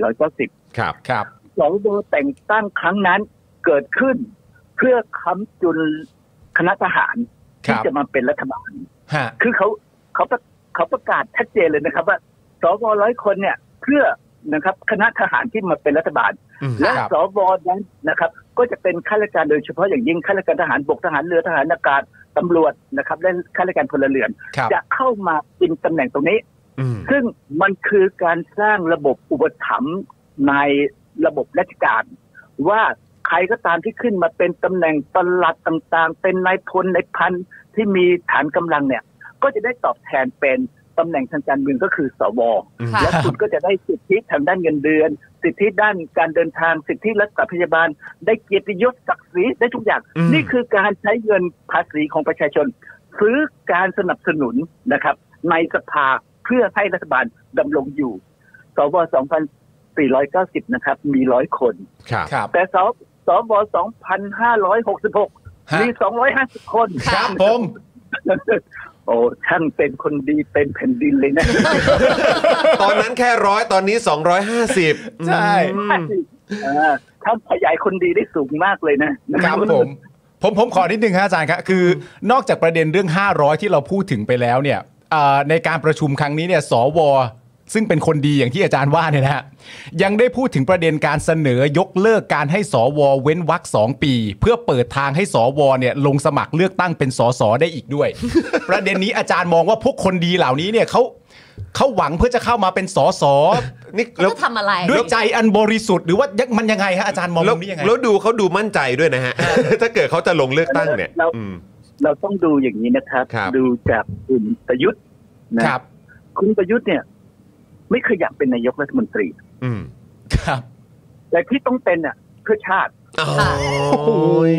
D: 2490
A: ครับ
B: ครับ
D: สวแต่งตั้งครั้งนั้นเกิดขึ้น เพื่อค้ำจุนคณะทหาร
B: ค
D: ที่
B: รับ
D: จะมาเป็นรัฐบาล
B: ฮะ
D: คือเขาเขาประเขาประกาศชัดเจนเลยนะครับ ว่าสวร้อยคนเนี่ยเพื่อนะครับคณะทหารที่มาเป็นรัฐบาล
A: อืม
D: และ
B: ครับ
D: สวนั้นนะครับ ก็จะเป็นข้าราชการโดยเฉพาะอย่างยิ่งข้าราชการทหารบกทหารเรือทหารอากาศตำรวจนะครับและข้าราชการพลเรือน
B: ครับ
D: จะเข้ามากินตำแหน่งตรงนี้
A: อืม
D: ซึ่งมันคือการสร้างระบบอุปถัมภ์ในระบบราชการ ว่าใครก็ตามที่ขึ้นมาเป็นตำแหน่งปลัดต่างๆ เป็นนายพลนายพันที่มีฐานกำลังเนี่ย ก็จะได้ตอบแทนเป็นตำแหน่งทางการเมืองก็คือสว
C: ค่ะ
D: และคุณก็จะได้สิทธิทางด้านเงินเดือน สิทธิด้านการเดินทางสิทธิรักษาพยาบาล ได้เกียรติยศศักดิ์ศรีได้ทุกอย่าง
A: อืม
D: นี่คือการใช้เงินภาษีของประชาชน ซื้อการสนับสนุนนะครับ ในสภาเพื่อให้รัฐบาลดำรงอยู่ สว 2490 นะครับ มีร้อยคน
A: ครับ
B: ครับ
D: แต่สวสว2566
B: ฮะ
D: มี 250 คน
B: ครับผม
D: โอ้ท่านเป็นคนดีเป็นแผ่นดินเลยนะ
A: ตอนนั้นแค่ร้อยตอนนี้ 250
B: ใช่
A: อืม
D: อ่าท่านขยายคนดีได้สูงมากเลยนะ
B: ครับผมผมผมขอนิดนึงครับอาจารย์ครับคือนอกจากประเด็นเรื่อง 500 ที่เราพูดถึงไปแล้วเนี่ยเอ่อในการประชุมครั้งนี้เนี่ยสว ซึ่งเป็นคนดีอย่างที่อาจารย์ว่าเนี่ยนะฮะยังได้พูดถึงประเด็นการเสนอยกเลิกการให้สวเว้นวรรคสองปี เพื่อเปิดทางให้สวเนี่ยลงสมัครเลือกตั้งเป็นสสได้อีกด้วย ประเด็นนี้อาจารย์มองว่าพวกคนดีเหล่านี้เนี่ยเขาเขาหวังเพื่อจะเข้ามาเป็นสส
A: นี่
C: แล้
A: แล้ว ว
C: จะทำอะไร
B: ด้วยใจอันบริสุทธิ์หรือว่ายังมันยังไงฮะอาจารย์มอง
A: แล้ว
B: มุมนี้ยังไง
A: แล้วดูเขาดูมั่นใจด้วยนะฮะ ถ้าเกิดเขาจะลงเลือกตั้งเนี่ย
D: เรา
A: อืม
D: เราต้องดูอย่างนี้นะครับ
A: ครับ
D: ดูจากคุณประยุทธ์นะครับ คุณประยุทธ์เนี่ย ไม่เคยอยากเป็นนายกรัฐมนตรี
A: อืม
B: ครับ
D: แต่ที่ต้องเป็นอ่ะเพื่อชาติ
A: โอ้
C: ค่ะ
A: ย
B: โอ้ย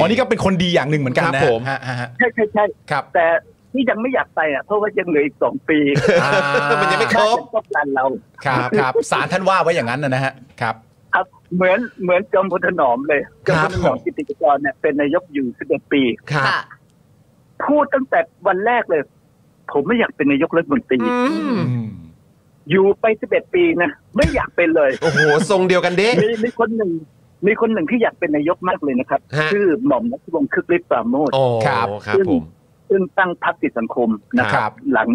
B: อ๋อนี่ก็เป็นคนดีอย่างหนึ่งเหมือนกัน
A: ครับ
B: นะ
A: ผม
B: ฮะฮะฮะ
D: ใช่ใช่ใช่
B: ครับ
D: แต่ที่ยังไม่อยากไปอ่ะเพราะว่ายังเหลืออีกสองปี
B: อ่า
A: มันยังไม่ ครบ
D: น่าจะต้องการเรา
B: ครับครับสารท่านว่าไว้อย่างนั้นนะนะฮะครับ
D: ครับเหมือนเหมือนจอมพลถนอมเลยจ
B: ครั
D: อ
B: บ
D: มพลถนอมกิติกรเนี่ยเป็นนายกอยู่ 11 ปี
A: ครับ
C: ค่ะ
D: พูดตั้งแต่วันแรกเลย ผมไม่อยากเป็นนายกรัฐมนตรี
A: อืม
B: อืม
D: อยู่ไป 11 ปีนะไม่อยากเป็นเลย
A: โอ้โห ทรงเดียวกันเด้
D: มีมีคนหนึ่ง มีคนหนึ่งที่อยากเป็นนายกมากเลยนะครับ
A: ฮะ
D: ชื่อหม่อมนัทวงศ์คึกฤทธิ์ปราโมท
A: โอ้ครับผม
D: ซึ่งตั้งพรรคติดสังคมนะค
B: ครับ รับ
D: หลัง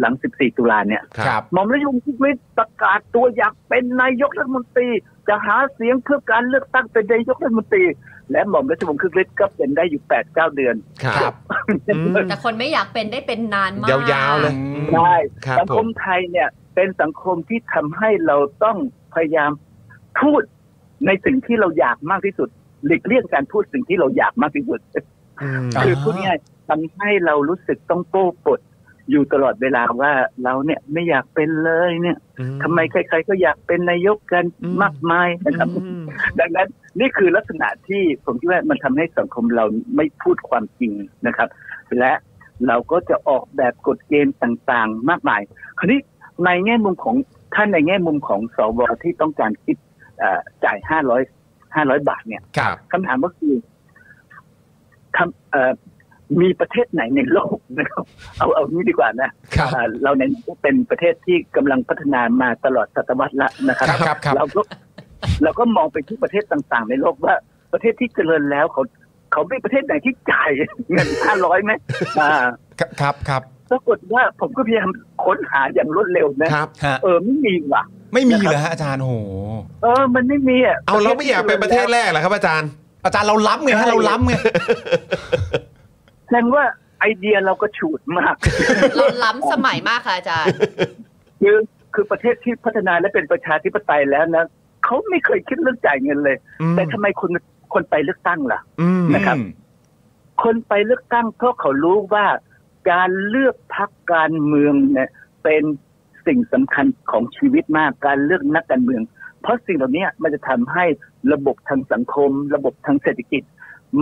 D: หลัง 14 ตุลาเนี่ย
B: ครับ
D: หม่อมราชวงศ์คึกฤทธิ์ประกาศตัวอยากเป็นนายกรัฐมนตรี จะหาเสียงเพื่อการเลือกตั้งเป็นนายกรัฐมนตรี และหม่อมราชวงศ์คึกฤทธิ์ก็เป็นได้อยู่ 8-9 เดือน
A: ครับ อืม
C: แต่คนไม่อยากเป็นได้เป็นนานมาก
A: ยาวๆเลย
D: ใช่
A: ครับ
D: สัง
A: ผ
D: ค
A: ม
D: มไทยเนี่ยเป็นสังคมที่ทำให้เราต้องพยายามพูดในสิ่งที่เราอยากมากที่สุดหลีกเลี่ยงการพูดสิ่งที่เราอยากมากที่สุด
A: อืม
B: า
D: คือพูดง่ายๆทำให้เรารู้สึกต้องโป้ปดอยู่ตลอดเวลาว่าเราเนี่ยไม่อยากเป็นเลยเนี่ยทำไมใคร ๆ ก็อยากเป็นนายกกัน
A: อืม
D: มากมายนะครับ
A: อืม
D: ดังนั้นนี่คือลักษณะที่ผมคิดว่ามันทำให้สังคมเราไม่พูดความจริงนะครับ และเราก็จะออกแบบกฎเกณฑ์ต่างๆ มากมาย คราวนี้ในแง่มุมของท่านในแง่มุมของสวที่ต้องการคิดเอ่อจ่ายห้าร้อยห้าร้อยบาทเนี่ย
B: ครับ
D: คำถามก็คือทำเอ่อมีประเทศไหนในโลกนะครับเอาเอานี้ดีกว่านะครับ เอ่อเราเนี่ยเป็นประเทศที่กำลังพัฒนามาตลอดศตวรรษละนะครั
B: ครับครับครับ
D: เราก็เราก็มองไปที่ประเทศต่างๆ ในโลกว่าประเทศที่เจริญแล้วเขาเขาเป็นประเทศไหนที่จ่าย เงิน ห้าร้อยไหมอ่า
B: ครับครับครับ
D: ปรากฏว่าผมก็พยายามค้นหาอย่างรวดเร็วนะ
A: ครับ
B: ฮะ
D: เออไม่มีว่ะ
B: ไม่มีเหรอฮะอาจารย์โอ้โห
D: เออ มันไม่มีะ
A: เอาเราไม่อยากเป็นประเทศแรกเหรอครับอาจารย์
B: อาจารย์เราล้ำไงฮะเราล้ำไง
D: แสดงว่าไอเดียเราก็ฉูดมาก
C: เราล้ำสมัยมากค่ะอาจารย์
D: คือคือประเทศที่พัฒนาและเป็นประชาธิปไตยแล้วนะเขาไม่เคยคิดเรื่องจ่ายเงินเลย
A: อืม
D: แต่ทำไมคนคนไปเลือกตั้งล่ะ
A: อืม
D: นะครับ คนไปเลือกตั้งเพราะเขารู้ว่าการเลือกพรรคการเมืองเนี่ยเป็นสิ่งสำคัญของชีวิตมากการเลือกนักการเมือง เพราะสิ่งเหล่านี้มันจะทำให้ระบบทางสังคม ระบบทางเศรษฐกิจ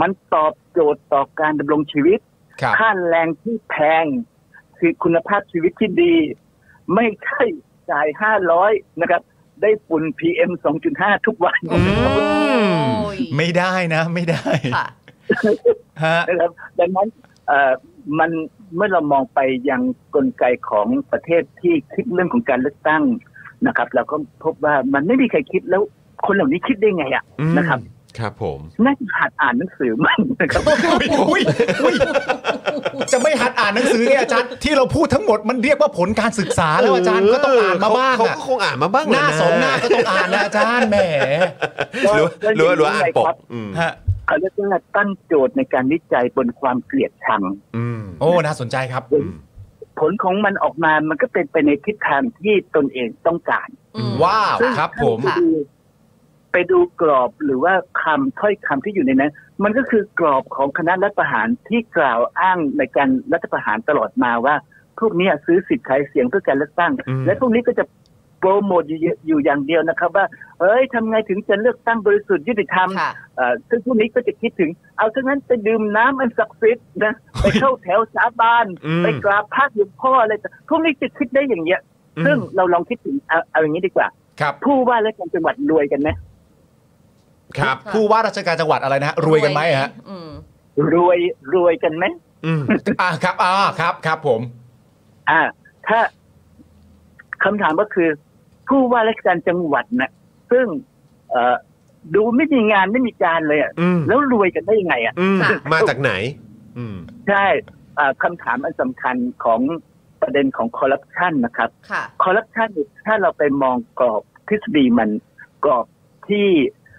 D: มันตอบโจทย์ต่อการดำรงชีวิต
B: ครับ
D: ค่าแรงที่แพง คือคุณภาพชีวิตที่ดี ไม่ใช่จ่ายห้าร้อยนะครับ ได้ฝุ่น PM 2.5 ทุกวัน
A: อืม
C: โอ้ย
B: ไม่ได้นะไม่ได้
C: ค่ะ
B: ฮะ
D: นะครับดังนั้นเอ่อมันเมื่อเรามองไปยังกลไกของประเทศที่คิดเรื่องของการเลือกตั้งนะครับ เราก็พบว่ามันไม่มีใครคิดแล้วคนเหล่านี้คิดได้ไงอ่ะ
A: อืม
D: นะครับ
A: ครับผม
D: น่าจะหัดอ่านหนังสือมันนะครับ
B: อุ้ยอุ้ยจะไม่หัดอ่านหนังสือไงอาจารย์ที่เราพูดทั้งหมดมันเรียกว่าผลการศึกษาแล้วอาจารย์ก็ต้องอ่านมาบ้าง
A: เขา
B: อะ
A: ก็คงอ่านมาบ้าง
B: หน้า
A: แหละะ
B: สองหน้าก็ต้องอ่านนะอาจารย์แหม
A: หรือหรือหรืออ่านปกอืม
B: ฮะ
D: เขาเรียกว่าตั้งโจทย์ในการวิจัยบนความเกลียดชัง
A: อืม
B: โอ้น่าสนใจครับ
A: อืม
D: ผลของมันออกมามันก็เป็นไปในทิศทางที่ตนเองต้องการ
C: อืม
B: ว้าวครับผม
C: ค่ะ
D: ไปดูกรอบหรือว่าคำถ้อยคำที่อยู่ในนั้น มันก็คือกรอบของคณะรัฐประหารที่กล่าวอ้างในการรัฐประหารตลอดมาว่า พวกเนี้ยซื้อสิทธิ์ขายเสียงเพื่อการเลือกตั้ง
A: อืม
D: และพวกนี้ก็จะโปรโมทอยู่อยู่อย่างเดียวนะครับ ว่าเอ้ยทำไงถึงจะเลือกตั้งบริสุทธิ์ยุติธรรม
C: ค่ะ
D: เอ่อซึ่งพวกนี้ก็จะคิดถึง เอาทั้งนั้นไปดื่มน้ำอันศักดิ์สิทธิ์นะไปเข้าแถวสาบาน
A: อืม
D: ไปกราบพระหลวงพ่ออะไรต่างพวกนี้จะคิดได้อย่างเงี้ย ซึ่งเราลองคิดถึงเอาเอาอย่างนี้ดีกว่า
B: ครับ
D: ผู้ว่าและการจังหวัดรวยกันไหม
A: ครับ
B: ผู้ว่าราชการจังหวัดอะไรนะฮะรวยกันไหมฮะ
C: อืม
D: รวยรวยกันไหม
A: อืม
B: อ่าครับอ่าครับครับผม
D: อ่า ถ้าคำถามก็คือ ผู้ว่าราชการจังหวัดนะซึ่ง เอ่อดูไม่มีงานไม่มีการเลยอะ
A: อืม
D: แล้วรวยกันได้ยังไงอ่ะ
A: อืม
C: ค่ะ
A: มาจากไหน อืม
D: ใช่อ่าคำถามอันสำคัญของ ประเด็นของคอร์รัปชันนะครับ
C: ค่ะ
D: คอร์รัปชันถ้าเราไปมองกรอบทฤษฎีมันกรอบที่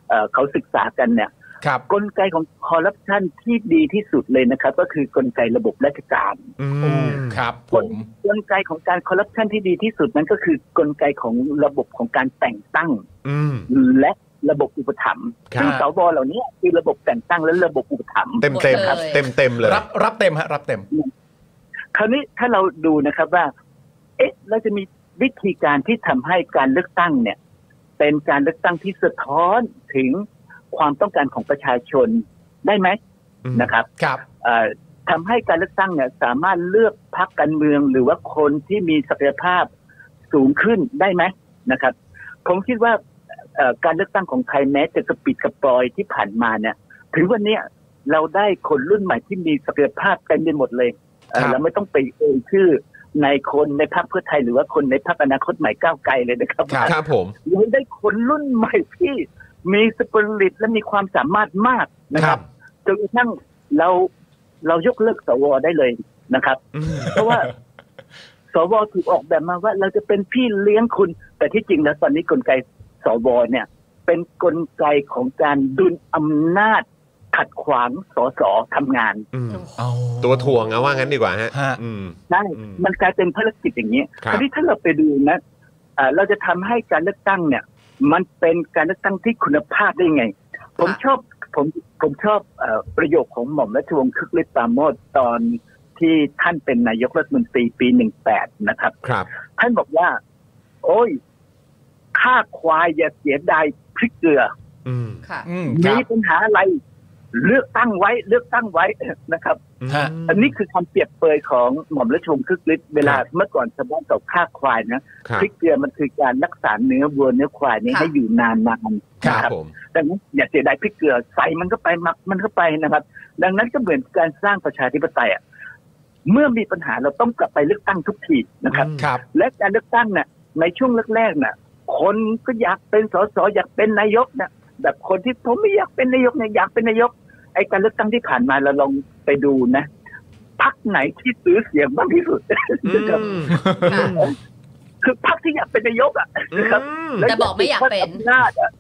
D: เอ่อเขาศึกษากันเนี่ย
B: ครับ
D: กลไกของคอร์รัปชันที่ดีที่สุดเลยนะครับ ก็คือกลไกระบบราชการ
A: อืม
B: ครับผ
D: กล
B: ม
D: กลไกของการคอร์รัปชันที่ดีที่สุดนั้นก็คือกลไกของระบบของการแต่งตั้ง
A: อืม
D: และระบบอุปถัมภ์
A: ครับ
D: ซึ่งสวเหล่านี้คือระบบแต่งตั้งและระบบอุปถัมภ์
A: เต็มเต็ม
C: หมดเลย
A: เต็มเต็มๆเลย
B: รับรับเต็มฮะรับเต็ม
D: คราวนี้ถ้าเราดูนะครับว่า เอ๊ะเราจะมีวิธีการที่ทำให้การเลือกตั้งเนี่ย เป็นการเลือกตั้งที่สะท้อนถึงความต้องการของประชาชนได้ไหม
A: อืม
D: นะครับ
B: ครับ
D: เอ่อทำให้การเลือกตั้งเนี่ยสามารถเลือกพรรคการเมืองหรือว่าคนที่มีศักยภาพสูงขึ้นได้ไหมนะครับ ผมคิดว่าเอ่อการเลือกตั้งของไทยแม้จะกระปิดกระปลอยที่ผ่านมาเนี่ย ถึงวันเนี้ยเราได้คนรุ่นใหม่ที่มีศักยภาพเต็มไปหมดเลยเอ่อ
B: ครับ
D: เราไม่ต้องไปเอ่ยชื่อในคนในพรรคเพื่อไทยหรือว่าคนในพรรคอนาคตใหม่ก้าวไกลเลยนะครับ
A: ครับผม
D: เราได้คนรุ่นใหม่ที่มีสปิริตและมีความสามารถมากนะครับจนกระทั่งเราเรายกเลิกสวได้เลยนะครับ
A: อืม
D: เพราะว่า สวถูกออกแบบมาว่าเราจะเป็นพี่เลี้ยงคุณ แต่ที่จริงแล้วตอนนี้กลไกสวเนี่ย เป็นกลไกของการดุลอำนาจขัดขวางสสทำงาน
A: อืม
B: เอา
A: ตัวถ่วงอะว่างั้นดีกว่าฮะ
B: ฮะ
A: อืม
D: ใช่
A: อืม
D: มันกลายเป็นภารกิจอย่างนี้
A: ครับ
D: ทีนี้ถ้าเราไปดูนะเอ่อเราจะทำให้การเลือกตั้งเนี่ย มันเป็นการเลือกตั้งที่คุณภาพได้ไง ผมชอบผมผมชอบเออประโยคของหม่อมราชวงศ์คึกฤทธิ์ปราโมชตอนที่ท่านเป็นนายกรัฐมนตรีปี 18 นะครับ
A: ครับ
D: ท่านบอกว่า โอ้ยฆ่าควายอย่าเสียดายพริกเกลือ
A: อืม
C: ค่ะ
B: อืมค
D: มี
B: รับ
D: ปัญหาอะไร เลือกตั้งไว้ เลือกตั้งไว้ นะครับ
B: ฮะ
D: อันนี้คือคำเปรียบเปรยของหม่อมราชวงศ์คึกฤทธิ์เวลาเมื่อก่อนชาวบ้านกับฆ่าควายนะครับพริกเกลือมันคือการรักษาเนื้อวัวเนื้อควายนี้
C: ค่ะ
D: ให้อยู่นานๆ
A: ค
D: นะ
A: รับ
D: ครับ
A: ผม
D: ดังนั้นอย่าเสียดายพริกเกลือใส่มันก็ไปหมักมันก็ไปนะครับ ดังนั้นก็เหมือนการสร้างประชาธิปไตยอ่ะเมื่อมีปัญหาเราต้องกลับไปเลือกตั้งทุกทีนะครับ
B: ครับ
D: และการเลือกตั้งน่ะในช่วงแรกๆน่ะ คนก็อยากเป็นสสอยากเป็นนายกนะแบบคนที่ผมไม่อยากเป็นนายกเนี่ยอยากเป็นนายก ไอ้การเลือกตั้งที่ผ่านมาเราลองไปดูนะพักไหนที่ซื้อเสียงมากที่สุดนะครับ
A: อืม
C: ค่ะ
D: คือพักที่อยากเป็นนายกอ่ะนะครับ
A: อืม
C: แต่บอกไม่อยากเป็น
D: และอำนาจอะ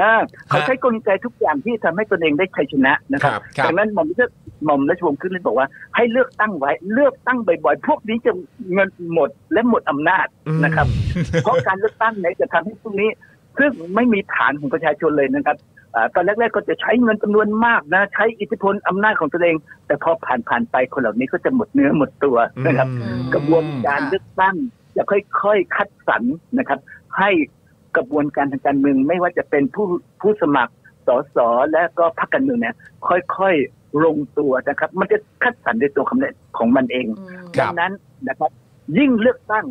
D: นะเขาใช้กลไกทุกอย่างที่ทำให้ตนเองได้ชัยชนะนะครั
A: ครับ บ
B: ครับ
D: ดังนั้นหม่อมเลือกหม่อมราชวงศ์ขึ้นเลยบอกว่า ให้เลือกตั้งไว้เลือกตั้งบ่อยๆพวกนี้จะเงินหมดและหมดอำนาจนะครับ เพราะการเลือกตั้งเนี่ยจะทำให้พวกนี้ ซึ่งไม่มีฐานของประชาชนเลยนะครับอ่าตอนแรกๆก็จะใช้เงินจำนวนมากนะ ใช้อิทธิพลอำนาจของตนเอง แต่พอผ่านๆไปคนเหล่านี้ก็จะหมดเนื้อหมดตัวนะครับ
A: อืม
D: กระบวนการเลือกตั้งจะค่อยๆ คัดสรรนะครับ ให้กระบวนการทางการเมืองไม่ว่าจะเป็นผู้ผู้สมัครสสและก็พรรคการเมืองเนี่ยค่อยๆลงตัวนะครับ มันจะคัดสรรในตัวคำนของมันเอง
C: อืม
B: ครั
D: ดั
B: บ
D: งนั้นนะครับ ยิ่งเลือกตั้ง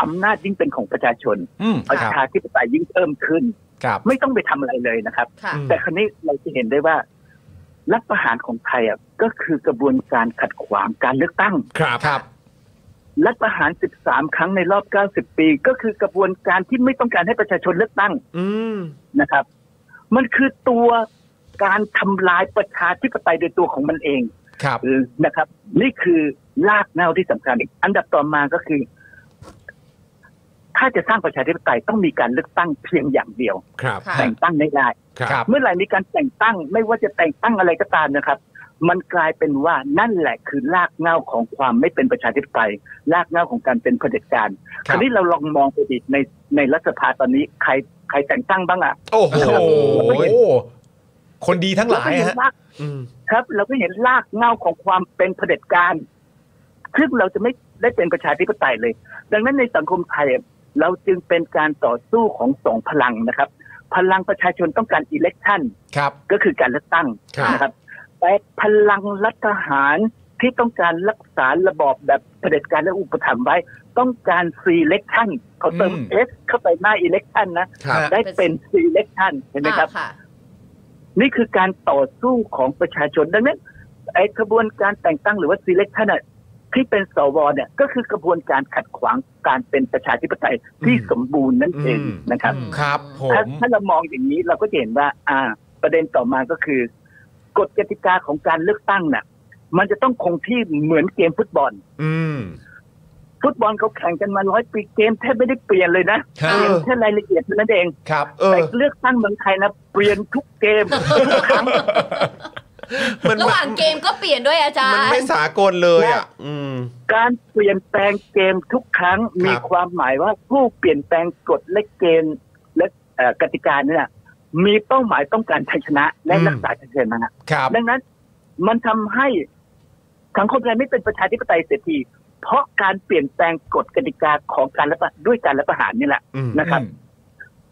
D: อำนาจยิ่งเป็นของประชาชน
B: อืมค
D: ประ
B: รับ
D: ชาธิปไตยยิ่งเพิ่มขึ้น
B: ครับ
D: ไม่ต้องไปทำอะไรเลยนะครับ
C: ค่ะ
A: อืม
D: แต่ครั้นี้เราจะเห็นได้ว่ารัฐประหารของไทยอ่ะก็คือกระบวนการขัดขวางการเลือกตั้ง
A: ครับ
B: ครับ
D: รัฐประหาร 13 ครั้งในรอบ 90 ปี ก็คือกระบวนการที่ไม่ต้องการให้ประชาชนเลือกตั้ง
A: อืม
D: นะครับ มันคือตัวการทำลายประชาธิปไตยโดยตัวของมันเอง
B: ครับ
D: นะครับ นี่คือรากเหง้าที่สำคัญอีกอันดับต่อมาก็คือ ถ้าจะสร้างประชาธิปไตยต้องมีการเลือกตั้งเพียงอย่างเดียว
A: ครับ
C: ค่ะ
D: แต่งตั้งไม่ได้
A: ครับ
D: เมื่อไหร่มีการแต่งตั้ง ไม่ว่าจะแต่งตั้งอะไรก็ตามนะครับ มันกลายเป็นว่านั่นแหละคือรากเหง้าของความไม่เป็นประชาธิปไตยรากเหง้าของการเป็นเผด็จการ
B: ครับ
D: วนี้เราลองมองไปดิในในรัฐสภาตอนนี้ใครใครแต่งตั้งบ้างอะ่ะ
A: โอ้โห
B: โอ้โหคนดีทั้งห
D: เรา
B: ลา
D: ก็
B: ย
D: เห็น
B: ฮะ
D: ราก
A: อืม
D: ครับ เราก็เห็นรากเหง้าของความเป็นเผด็จการซึ่งเราจะไม่ได้เป็นประชาธิปไตยเลย ดังนั้นในสังคมไทยอะเราจึงเป็นการต่อสู้ของสองพลังนะครับ พลังประชาชนต้องการอิเล็กชัน
B: ครับ
D: ก็คือการเลือกตั้ง
A: ครับ
D: นะครับ แต่พลังรัฐทหารที่ต้องการรักษาระบอบแบบเผด็จการและอุปถัมภ์ไว้ ต้องการ selection เขาเติม
B: อืม
D: S เข้าไปหน้า election นะ
A: ครับ
D: ได้เป็น selection เห็นไหมครับ
C: อ่าค่ะ
D: นี่คือการต่อสู้ของประชาชน ดังนั้นไอ้กระบวนการแต่งตั้งหรือว่า selection น่ะที่เป็นสวเนี่ยก็คือกระบวนการขัดขวางการเป็นประชาธิปไตยที่
A: อืม
D: สมบูรณ์นั่นเอง
A: อืม
D: นะครับ
C: อืม
B: ครับผ
D: ถ้าม ถ้าเรามองอย่างนี้เราก็จะเห็นว่า อ่า ประเด็นต่อมาก็คือกฎกติกาของการเลือกตั้งน่ะ มันจะต้องคงที่เหมือนเกมฟุตบอล
A: อืม
D: ฟุตบอลเขาแข่งกันมาร้อยปีเกมแทบไม่ได้เปลี่ยนเลยนะ
B: ครั
D: เป
B: บ
D: ลี่ยนแค่รายละเอียดเท่านั้นเอง
B: ครับ
A: เออ
D: แต่เลือกตั้งเมืองไทยนะเปลี่ยนทุกเกม
A: มัน
C: ระหว่างเกมก็เปลี่ยนด้วยอาจาร
A: มัน
C: ย์
A: ไม่สากลเลยอ่ะ อืม
D: การเปลี่ยนแปลงเกมทุกครั้งมีความหมายว่าผู้เปลี่ยนแปลงกฎและเกณฑ์และเอ่อกติกาเนี่ยมีเป้าหมายต้องการชัยชนะและ
A: อืม
D: รักษาชัยชนะครับ ดังนั้นมันทำให้สังคมไทยไม่เป็นประชาธิปไตยเสียทีเพราะการเปลี่ยนแปลงกฎกติกาของการรัฐประด้วยการรัฐประหารนี่แหละ
A: อืม
D: นะครับ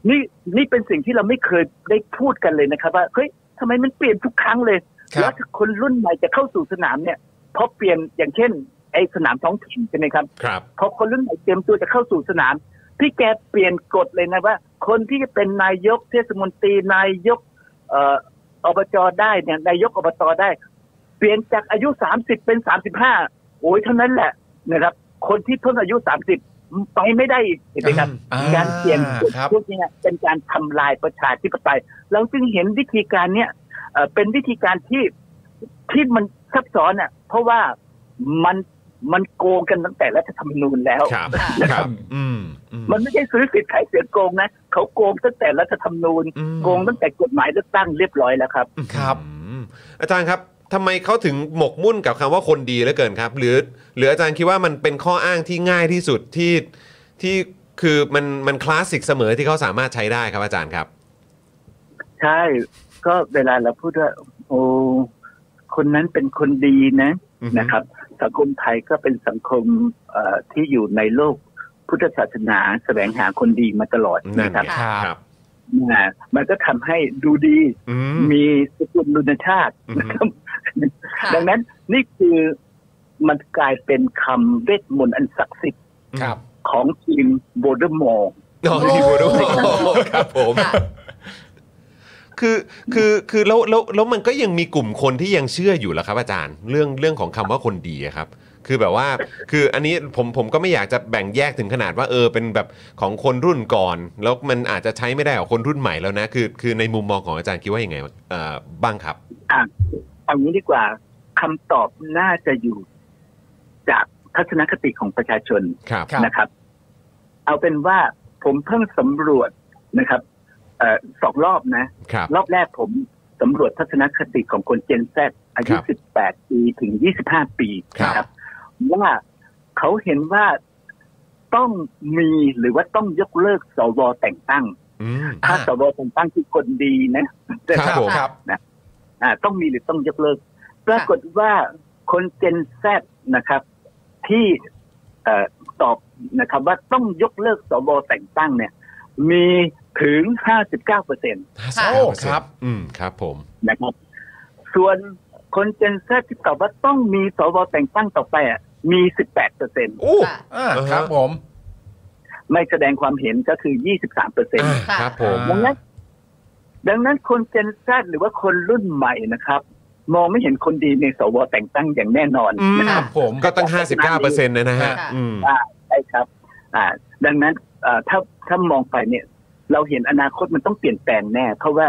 D: นี่นี่เป็นสิ่งที่เราไม่เคยได้พูดกันเลยนะครับ ว่าเฮ้ยทำไมมันเปลี่ยนทุกครั้งเลย
B: ครับ
D: แล้วถ้าคนรุ่นใหม่จะเข้าสู่สนามเนี่ยพอเปลี่ยนอย่างเช่น ไอ้สนามท้องถิ่นใช่ไหมครับ
A: ครับ
D: พอคนรุ่นใหม่เตรียมตัวจะเข้าสู่สนาม พี่แกเปลี่ยนกฎเลยนะว่า คนที่จะเป็นนายกเทศมนตรีนายก เอ่ออบจได้เนี่ยนายกอบตได้ เปลี่ยนจากอายุสามสิบเป็นสามสิบห้าโอ้ยเท่านั้นแหละนะครับ คนที่เพิ่งอายุสามสิบไปไม่ได้อีกเห็นไหมครับ
B: อ่า
D: การเปลี่ยนกฎ
B: ครับ
D: พวกนี้เป็นการทำลายประชาธิปไตย เราจึงเห็นวิธีการเนี้ยเอ่อเป็นวิธีการที่ที่มันซับซ้อนอ่ะเพราะว่ามันมันโกงกันตั้งแต่รัฐธรรมนูญแล้ว
A: ครับ ค
B: ครั
A: รับ
B: บ
A: อืมอืม
D: มันไม่ใช่ซื้อสิทธิ์ขายเสียงโกงนะเขาโกงตั้งแต่รัฐธรรมนูญ
A: อืม
D: โกงตั้งแต่กฎหมายเลือกตั้งเรียบร้อยแล้วครับ
B: ครับ
A: อืมอาจารย์ครับทำไมเขาถึงหมกมุ่นกับคำว่าคนดีเหลือเกินครับ หรือหรืออาจารย์คิดว่ามันเป็นข้ออ้างที่ง่ายที่สุดที่ที่คือมันมันคลาสสิกเสมอที่เขาสามารถใช้ได้ครับอาจารย์ครับ
D: ใช่ ก็เวลาเราพูดว่าโอ้คนนั้นเป็นคนดีนะ
A: อือฮึ
D: นะครับ สังคมไทยก็เป็นสังคมเอ่อที่อยู่ในโลกพุทธศาสนาแสวงหาคนดีมาตลอด
A: นั่น
D: นะ
A: ไง
D: ครับ
B: ครับ
A: ครับ
D: อ่ามันก็ทำให้ดูดี
A: อืม
D: มีสกุลลุนชาติ
A: อือฮึ
D: นะครับ
C: ค่ะ
D: ดังนั้นนี่คือมันกลายเป็นคำเวทมนต์อันศักดิ์สิทธิ์
B: ครับ
D: ของทีมโบเดอร์มอร์
A: โอ้ยคุณผู้ชมครับผม
C: ค่ะ
A: คือคือคือแล้วแล้วแล้วมันก็ยังมีกลุ่มคนที่ยังเชื่ออยู่แล้วครับ อาจารย์เรื่องเรื่องของคำว่าคนดีอะครับ คือแบบว่าคืออันนี้ผมผมก็ไม่อยากจะแบ่งแยกถึงขนาดว่าเออเป็นแบบของคนรุ่นก่อน แล้วมันอาจจะใช้ไม่ได้กับคนรุ่นใหม่แล้วนะคือคือในมุมมองของอาจารย์คิดว่ายังไงเอ่อบ้างครับ
D: อ่ะเอางี้ดีกว่าคำตอบน่าจะอยู่จากทัศนคติของประชาชน
A: ครับ
B: ครับ
D: นะครับ เอาเป็นว่าผมเพิ่งสำรวจนะครับเออสองรอบนะ
A: ครับ
D: รอบแรกผมสำรวจทัศนคติของคนเจนแซอายุ
A: ครับ
D: 18 ปีถึง 25 ปี
A: ครับ
D: นะครับว่าเขาเห็นว่าต้องมีหรือว่าต้องยกเลิกสวแต่งตั้ง
A: อืม
D: ถ้า
B: อ่า
D: สวแต่งตั้งคือคนดีนะ
A: ครับผม
B: ครับ
D: อ่าต้องมีหรือต้องยกเลิก ปรากฏว่าคนเจนแซนะครับ ที่เอ่อตอบนะครับ ว่าต้องยกเลิกสวแต่งตั้งเนี่ย มีถึง 59เปอร์เซ็นต
C: ค่ะ
B: โอ้ครับ
A: อืมครับผม
D: นะครับ ส่วนคนเจนแซที่ตอบว่าต้องมีสวแต่งตั้งต่อไปอ่ะมี 18เปอร์เซ็น
A: โอ้
C: ค่ะ
B: อ่า
A: อ่าฮะ
B: ครับผม
D: ไม่แสดงความเห็นก็คือ 23เปอร์เซ็น
A: อ่า
C: ค่ะ
A: ครับผม
D: ดังนั้นดังนั้นคนเจนซหรือว่าคนรุ่นใหม่นะครับ มองไม่เห็นคนดีในสวแต่งตั้งอย่างแน่นอน
A: อืม
D: นะ
B: ค
D: ค
B: รั
D: รั
B: บบ ผม
A: ก็ตั้ง 59%นะนะฮะ
C: ค่ะ
A: อืม
D: ใช่ครับ อ่า ดังนั้นเอ่อถ้าถ้ามองไปเนี่ย เราเห็นอนาคตมันต้องเปลี่ยนแปลงแน่ เพราะว่า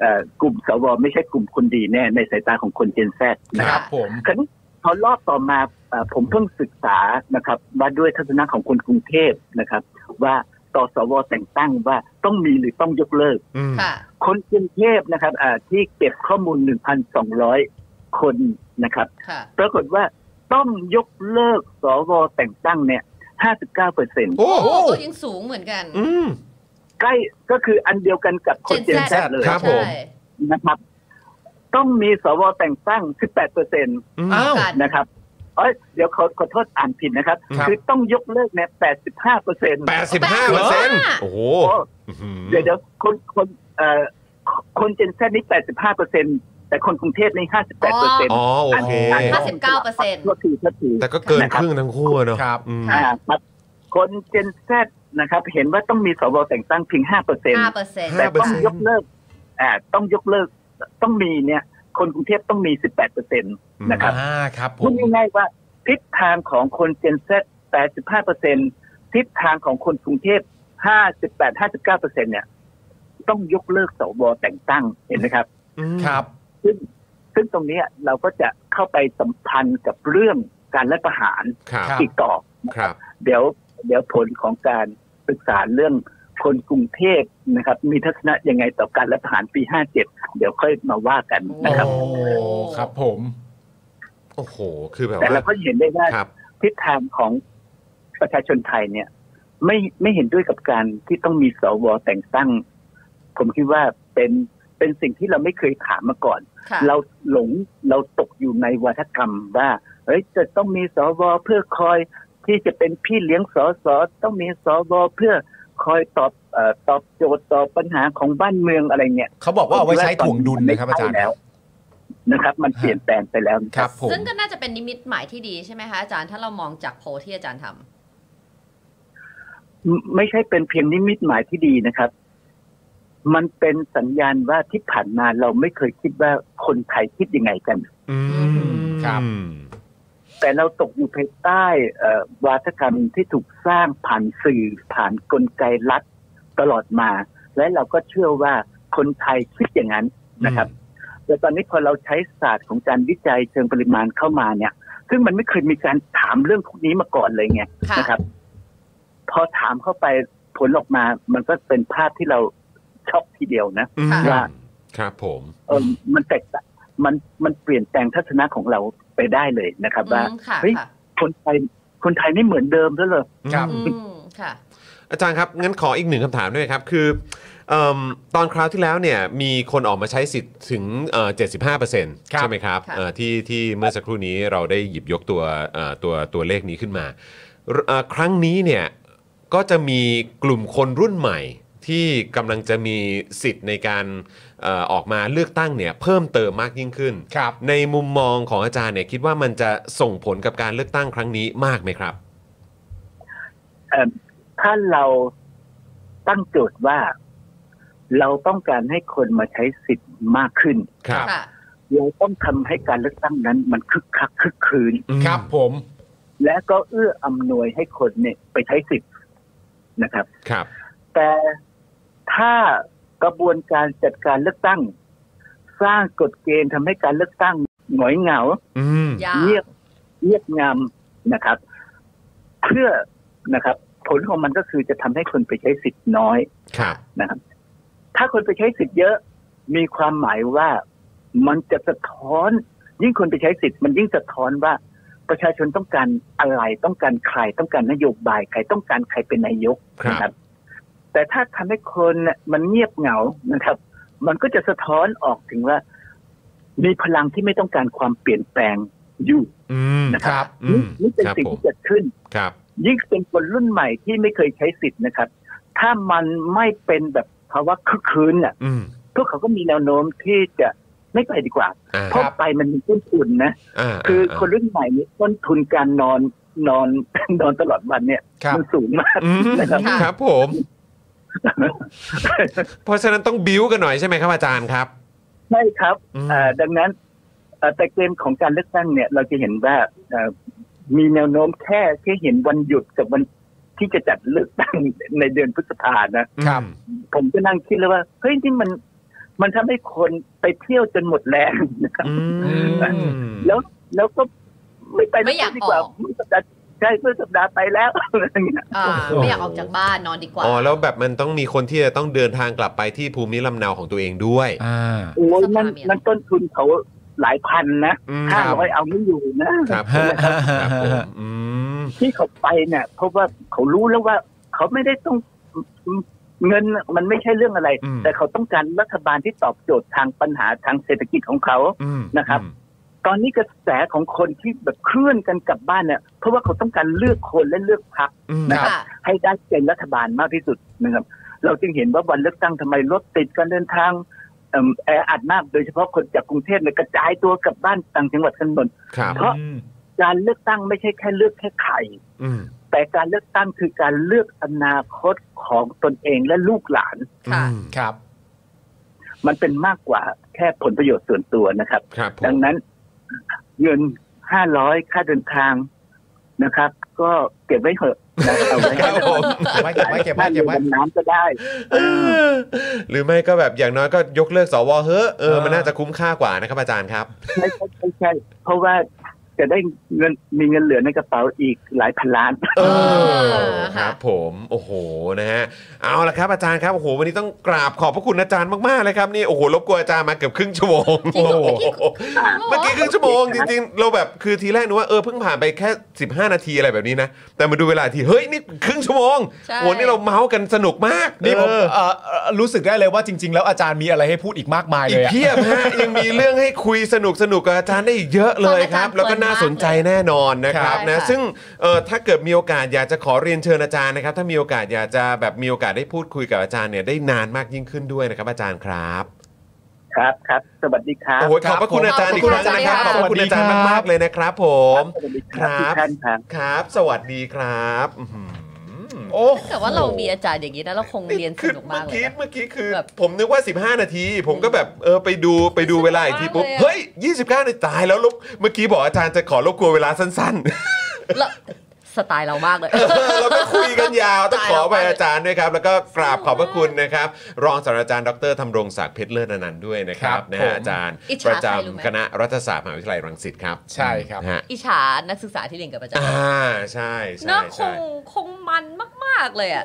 D: เอ่อกลุ่มสวไม่ใช่กลุ่มคนดีแน่ในสายตาของคนเจนแซนะ
B: ค
D: ค
B: รั
D: รั
B: บบ ผม
D: คราวนี้พอรอบต่อมาเอ่อผมเพิ่งศึกษานะครับว่าด้วยทัศนะของคนกรุงเทพนะครับ ว่าต่อสวแต่งตั้งว่าต้องมีหรือต้องยกเลิก
A: อืม
C: ค่ะ
D: คนกรุงเทพนะครับอ่าที่เก็บข้อมูล 1,200 คนนะครับ
C: ค่ะ
D: ปรากฏว่าต้องยกเลิกสวแต่งตั้งเนี่ย 59เปอร์เซ็นต์
A: โอ้
C: โอ้ก็ยังสูงเหมือนกัน
A: อืม
D: ใกล้ก็คืออันเดียวกันกับคนเจนแซดเลย
A: ครับผม
C: ใช่
D: นะครับ ต้องมีสวแต่งตั้ง 18เปอร์เซ็นต์
A: อืม
B: อ้าว
C: ค่ะ
D: นะครับเอ้ยเดี๋ยวขอขอโทษอ่านผิดนะครับ
A: ครับ
D: อต้องยกเลิกเนี่ย85เปอร์เซ็นต์
A: 85เปอร์เซ็นต์โอ้โห
D: เดี๋ยวเดี๋ยวคนคนเอ่อคนเจนแซนี่ 85เปอร์เซ็นต์แต่คนกรุงเทพนี่ 58เปอร์เซ็นต์
A: อ๋อโอเค
C: ห้าสิบเก้าเปอร์เซ็นต์
D: ก็คือก็คือ
A: แต่ก็เกินครึ่งทั้งคู่อะเนาะ
B: ครับ
A: อืม
D: อ่าครับคนเจนแซนะครับ เห็นว่าต้องมีสวแต่งตั้งเพียงห้าเปอร์เซ็นต์
C: ห้าเปอร์เซ็นต์
D: แต่
A: 5%
D: ต้องยกเลิกอ่าต้องยกเลิกต้องมีเนี่ย คนกรุงเทพต้องมีสิบแปดเปอร์เซ็นต์นะครับ
B: อ่าครับผ
D: พูด
B: ม
D: ง่ายๆว่าทิศทางของคนเจนแซแปดสิบห้าเปอร์เซ็นต์ทิศทางของคนกรุงเทพห้าสิบแปดห้าสิบเก้าเปอร์เซ็นต์เนี่ย ต้องยกเลิกสวแต่งตั้งเห็นไหมครับ
A: อืม
B: ครับ
D: ซึ่งซึ่งตรงเนี้ยเราก็จะเข้าไปสัมพันธ์กับเรื่อง การรัฐประหาร
A: ครับ
B: ครับ
D: อีกต่อ
A: ครับ
D: เดี๋ยวเดี๋ยวผลของการศึกษาเรื่องคนกรุงเทพนะครับ มีทัศนะยังไงต่อการรัฐประหารปี 57 เดี๋ยวค่อยมาว่ากันนะครับ
B: โอ้ครับผม
A: โอ้โหคือแบบ
D: แต่
A: ว่า
D: เราก็เห็นได้ว่า
A: ครับ
D: ทิศทางของประชาชนไทยเนี่ย ไม่ไม่เห็นด้วยกับการที่ต้องมีสวแต่งตั้ง ผมคิดว่าเป็นเป็นสิ่งที่เราไม่เคยถามมาก่อน
C: ค่ะ
D: เราหลงเราตกอยู่ในวัฒกรรมว่าเฮ้ยจะต้องมีสวเพื่อคอยที่จะเป็นพี่เลี้ยงสสต้องมีสวเพื่อคอยตอบเออตอบโจทย์ตอบปัญหาของบ้านเมืองอะไรเนี่ย
B: เขาบอกว่าเอาไว้ใช้ถ่วงดุลนะครับอาจารย์
D: ไม่ใช่แล้วนะครับ มันเปลี่ยนแปลงไปแล้วนะ
B: ครับผม
C: ซึ่งก็น่าจะเป็นนิมิตหมายที่ดีใช่ไหมคะอาจารย์ถ้าเรามองจากโพลที่อาจารย์ทำ
D: ไม่ไม่ใช่เป็นเพียงนิมิตหมายที่ดีนะครับ มันเป็นสัญญาณว่าที่ผ่านมาเราไม่เคยคิดว่าคนไทยคิดยังไงกัน
A: อืม
B: ครับ
D: แต่เราตกอยู่ภายใต้เอ่อวาทกรรมที่ถูกสร้างผ่านสื่อ ผ่านกลไกรัฐตลอดมา และเราก็เชื่อว่าคนไทยคิดอย่างนั้นนะครับ แต่ตอนนี้พอเราใช้ศาสตร์ของการวิจัยเชิงปริมาณเข้ามาเนี่ย ซึ่งมันไม่เคยมีการถามเรื่องพวกนี้มาก่อนเลยไง
C: ค่ะ
D: นะครับ พอถามเข้าไปผลออกมา มันก็เป็นภาพที่เราช็อกทีเดียวนะ
A: อืม
C: ค่ะ
A: ครับผม
D: เออมันแตกต่างมันมันเปลี่ยนแปลงทัศนะของเราไปได้เลยนะครับว่า
C: อืมค่ะ
D: เฮ้ย
C: ค่ะ
D: คนไทยคนไทยไม่เหมือนเดิมแล้วเหรอ
A: อืม
B: ครับ
C: อืมค่ะ
A: อาจารย์ครับ งั้นขออีกหนึ่งคำถามด้วยครับ คือเอมตอนคราวที่แล้วเนี่ยมีคนออกมาใช้สิทธิ์ถึงเอ่อ75%
B: ครับ
A: ใช่ไหมครับ
C: ค่ะ
A: เอ่อที่ที่เมื่อสักครู่นี้เราได้หยิบยกตัวเอ่อตัวตัวเลขนี้ขึ้นมาเอ่อครั้งนี้เนี่ยก็จะมีกลุ่มคนรุ่นใหม่ ที่กำลังจะมีสิทธิ์ในการเอ่อออกมาเลือกตั้งเนี่ยเพิ่มเติมมากยิ่งขึ้น
B: ครับ
A: ในมุมมองของอาจารย์เนี่ยคิดว่ามันจะส่งผลกับการเลือกตั้งครั้งนี้มากไหมครับ
D: เอ่อถ้าเราตั้งโจทย์ว่า เราต้องการให้คนมาใช้สิทธิ์มากขึ้น
A: ครับ
C: ค่ะ
D: เราต้องทำให้การเลือกตั้งนั้น มันคึกคักคึกคืน
A: อืม
B: ครับผม
D: และก็เอื้ออำนวยให้คนเนี่ยไปใช้สิทธิ์นะครับ
A: ครับ
D: แต่ถ้ากระบวนการจัดการเลือกตั้ง สร้างกฎเกณฑ์ทำให้การเลือกตั้งหงอยเหงา
A: อืม
C: ยา
D: เงีย
C: ก
D: บเงียบงามนะครับ เพื่อนะครับ ผลของมันก็คือจะทำให้คนไปใช้สิทธิ์น้อย
A: ครับ
D: นะครับ ถ้าคนไปใช้สิทธิ์เยอะ มีความหมายว่ามันจะสะท้อน ยิ่งคนไปใช้สิทธิ์มันยิ่งสะท้อนว่า ประชาชนต้องการอะไรต้องการใครต้องการนโยบายใครต้องการใครเป็นนายก
A: ครับ
D: นะครับ แต่ถ้าทำให้คนน่ะมันเงียบเหงานะครับ มันก็จะสะท้อนออกถึงว่า มีพลังที่ไม่ต้องการความเปลี่ยนแปลงอยู่
A: อืม
B: ครับ
A: อืม
D: นี่เป็น
A: ครับ
D: สิ่ง
A: ผม
D: ที่เกิดขึ้น
A: ครับ
D: ยิ่งเป็นคนรุ่นใหม่ที่ไม่เคยใช้สิทธิ์นะครับ ถ้ามันไม่เป็นแบบภาวะคึกคืนน่ะ
A: อืม
D: พวกเขาก็มีแนวโน้มที่จะไม่ไปดีกว่า
A: อ่า
D: เพราะไปมันมีต้นทุนนะ
A: า
D: คืออา คนรุ่นใหม่นี้ต้นทุนการนอนน อน นอนตลอดวันเนี่ย
B: ครับ
D: มัสูงมาก
A: อืม
D: นะครับ
A: ครับผม เพราะฉะนั้นต้องบิ้วกันหน่อยใช่ไหมครับอาจารย์ครับ
D: ใช่ครับ
A: อืม
D: เอ่อดังนั้นเอ่อแต่เกมของการเลือกตั้งเนี่ย เราจะเห็นว่าเอ่อมีแนวโน้มแค่แค่เห็นวันหยุดกับวันที่จะจัดเลือกตั้งในเดือนพฤษภานะ
B: ครับ
D: ผมก็นั่งคิดแล้วว่า เฮ้ยนี่มัน มันทำให้คนไปเที่ยวจนหมดแรงนะครับ
A: อืม
D: แล้วแล้วก็ไม่ไป
C: ไม่อยาก
D: ดีกว่า
C: ออก
D: เมื่อสัปดาห์ใช่เมื่อสัปดาห์ไป แล้วอะไรอย่างเงี้ย
C: อ่าไม่อยากออกจากบ้านนอนดีกว่า
A: อ๋อแล้วแบบมันต้องมีคนที่จะต้องเดินทางกลับไปที่ภูมิลำเนาของตัวเองด้วย
B: อ่า
D: โอ้ยนั่น
C: สภาพเนี่ย
D: นั่นต้นทุนเขาหลายพันนะ
A: อืม
D: ห้าร้อยเอาไม่อยู่นะ
A: ครับผ
B: ฮะ
A: ม
B: ฮะฮะ
A: ครับผม
B: ฮะ
A: อืม
D: ที่เขาไปเนี่ยเพราะว่าเขารู้แล้วว่าเขาไม่ได้ต้องเงินมันไม่ใช่เรื่องอะไร
A: อืม
D: แต่เขาต้องการรัฐบาลที่ตอบโจทย์ทางปัญหาทางเศรษฐกิจของเขา
A: อืม
D: นะครับ ตอนนี้กระแสของคนที่แบบเคลื่อนกันกลับบ้านเนี่ยเพราะว่าเขาต้องการเลือกคนและเลือกพรรค
A: อืม
D: ะ
C: ค่ะ
D: ให้ได้เป็นรัฐบาลมากที่สุดนะครับ เราจึงเห็นว่าวันเลือกตั้งทำไมรถติดการเดินทางเอิ่มแออัดมากโดยเฉพาะคนจากกรุงเทพเนี่ยกระจายตัวกลับบ้านต่างจังหวัดกันหมด
A: ครับ
D: เพราะ การเลือกตั้งไม่ใช่แค่เลือกแค่ใคร
A: อืม
D: แต่การเลือกตั้งคือการเลือกอนาคตของตนเองและลูกหลาน
C: ค่ะ
A: อืม
B: ครับ
D: มันเป็นมากกว่าแค่ผลประโยชน์ส่วนตัวนะครับ
A: ครับผม
D: ดังนั้นเงินห้าร้อยค่าเดินทางนะครับ ก็เก็บไว้เถอะนะเอาไว้
A: ครับผม
B: เก็บไว้เก็บไว้เก็บไว้เก็บไว้
D: ค่ารือดำน้ำก็ได้
A: เออหรือไม่ก็แบบอย่างน้อยก็ยกเลิกสวเฮ้อะเออมันน่าจะคุ้มค่ากว่านะครับอาจารย์ครับ
D: ใช่ใช่ใช่ใช่เพราะว่า จะได้เงินมีเงินเหลือในกระเป๋าอีกหลายพันล้าน
A: เออ
C: เออ
A: ค
C: ค่ะ
A: รับผมโอ้โหนะฮะเอาละครับอาจารย์ครับโอ้โหวันนี้ต้องกราบขอบพระคุณอาจารย์มากๆเลยครับนี่โอ้โหรบกวนอาจารย์มาเกือบครึ่งชั่วโมง
C: จริงเหรอเมื่อกี้
A: โอ้โหเมื่อกี้ครึ่งชั่วโมงจริงๆเราแบบคือทีแรกนึกว่าเออเพิ่งผ่านไปแค่ 15 นาทีอะไรแบบนี้นะแต่มาดูเวลาอีกทีเฮ้ยนี่ครึ่งชั่วโมง
C: ใช่
A: โอ้โหนี่เราเมาส์กันสนุกมาก
B: นี่ผม
A: เออ
B: เอ่อเอ่อรู้สึกได้เลยว่าจริง ๆ แล้วอาจารย์มีอะไรให้พูดอีกมากมาย
A: อีก
B: เลยอะ
A: เพียบฮะ ยังมีเรื่องให้คุยสนุกสนุกกับอาจารย์ได้อีกเยอะเลยครับ
C: ตอนอาจารย์
A: แล้วก็น่าสนใจแน่นอนนะครับ
C: ใช่
A: นะ
C: ค่ะ
A: ซึ่งเอ่อถ้าเกิดมีโอกาสอยากจะขอเรียนเชิญอาจารย์นะครับ ถ้ามีโอกาสอยากจะแบบมีโอกาสได้พูดคุยกับอาจารย์เนี่ยได้นานมากยิ่งขึ้นด้วยนะครับอาจารย์ครับ
D: ครับครับสวัสดีครับ
A: โอ้ยขอบพระคุณอาจารย์อีกครั้งนะครับข
B: ข
A: อบบ พ
B: อพ
A: ระ
B: ระคุ
A: คุณ
B: ณ
A: อา
B: อา
A: จา
B: จารรย์
A: ย์
B: ครับ
A: มากๆเลยนะครับผม
D: สวัสดีค
A: ค
D: รั
A: รั
D: ทุ
A: บ
D: กท่านครับ
A: ครับ สวัสดีครับอื้อหือ
B: โอ้
C: แต่ว่าเรามีอาจารย์อย่างนี้นะเราคงเรียนส
A: คือ
C: นุก
A: เมื่
C: มา
A: อก
C: เล
A: กี้
C: ยนะ
A: เมื่อกี้คือ
C: แบบ
A: ผมนึกว่า 15 นาที ผมก็แบบเออไปดูไปดูเวลาอีกทีปุ๊บ
C: เลยอะ
A: เฮ้ย 29นาทีตายแล้วลบเมื่อกี้บอกอาจารย์จะขอรบกวนเวลาสั้นๆ
C: แล้วสไตล์เรามากเลย
A: เออ เราก็คุยกันยาวต้องขอไป
C: ตายแล้ว
A: อาจารย์ด้วยครับ แล้วก็กราบขอบพระคุณนะครับ รองศาสตราจารย์ดรธำรงศักดิ์เพชรเลิศอนันต์ด้วยนะครับนะฮะอาจารย์ประจำคณะรัฐศาสตร์มหาวิทยาลัยรังสิตครับ
B: ใช่ครับ
A: นะฮะ
C: อิจฉานักศึกษาที่เรียนกับอาจารย์
A: อ่าใช่ใช่
C: เนาะค
A: ใช่
C: งคงมันมากๆเลยอ่ะ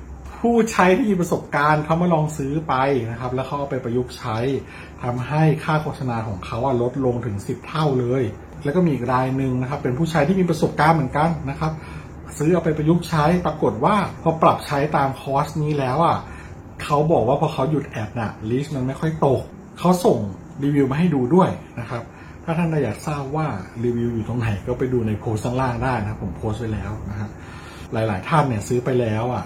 E: ผู้ใช้ที่มีประสบการณ์เขามาลองซื้อไปนะครับ แล้วเขาเอาไปประยุกต์ใช้ทำให้ค่าโฆษณาของเขาอะลดลงถึง 10 เท่าเลย แล้วก็มีอีกรายหนึ่งนะครับ เป็นผู้ใช้ที่มีประสบการณ์เหมือนกันนะครับ ซื้อเอาไปประยุกต์ใช้ปรากฏว่าพอปรับใช้ตามคอร์สนี้แล้วอ่ะเขาบอกว่าพอเขาหยุดแอดน่ะลิสต์มันไม่ค่อยตกเขาส่งรีวิวมาให้ดูด้วยนะครับ ถ้าท่านอยากทราบว่ารีวิวอยู่ตรงไหนก็ไปดูในโพสต์ข้างล่างได้นะครับผมโพสต์ไว้แล้วนะครับ หลาย ๆ ท่านเนี่ยซื้อไปแล้วอะ่ะ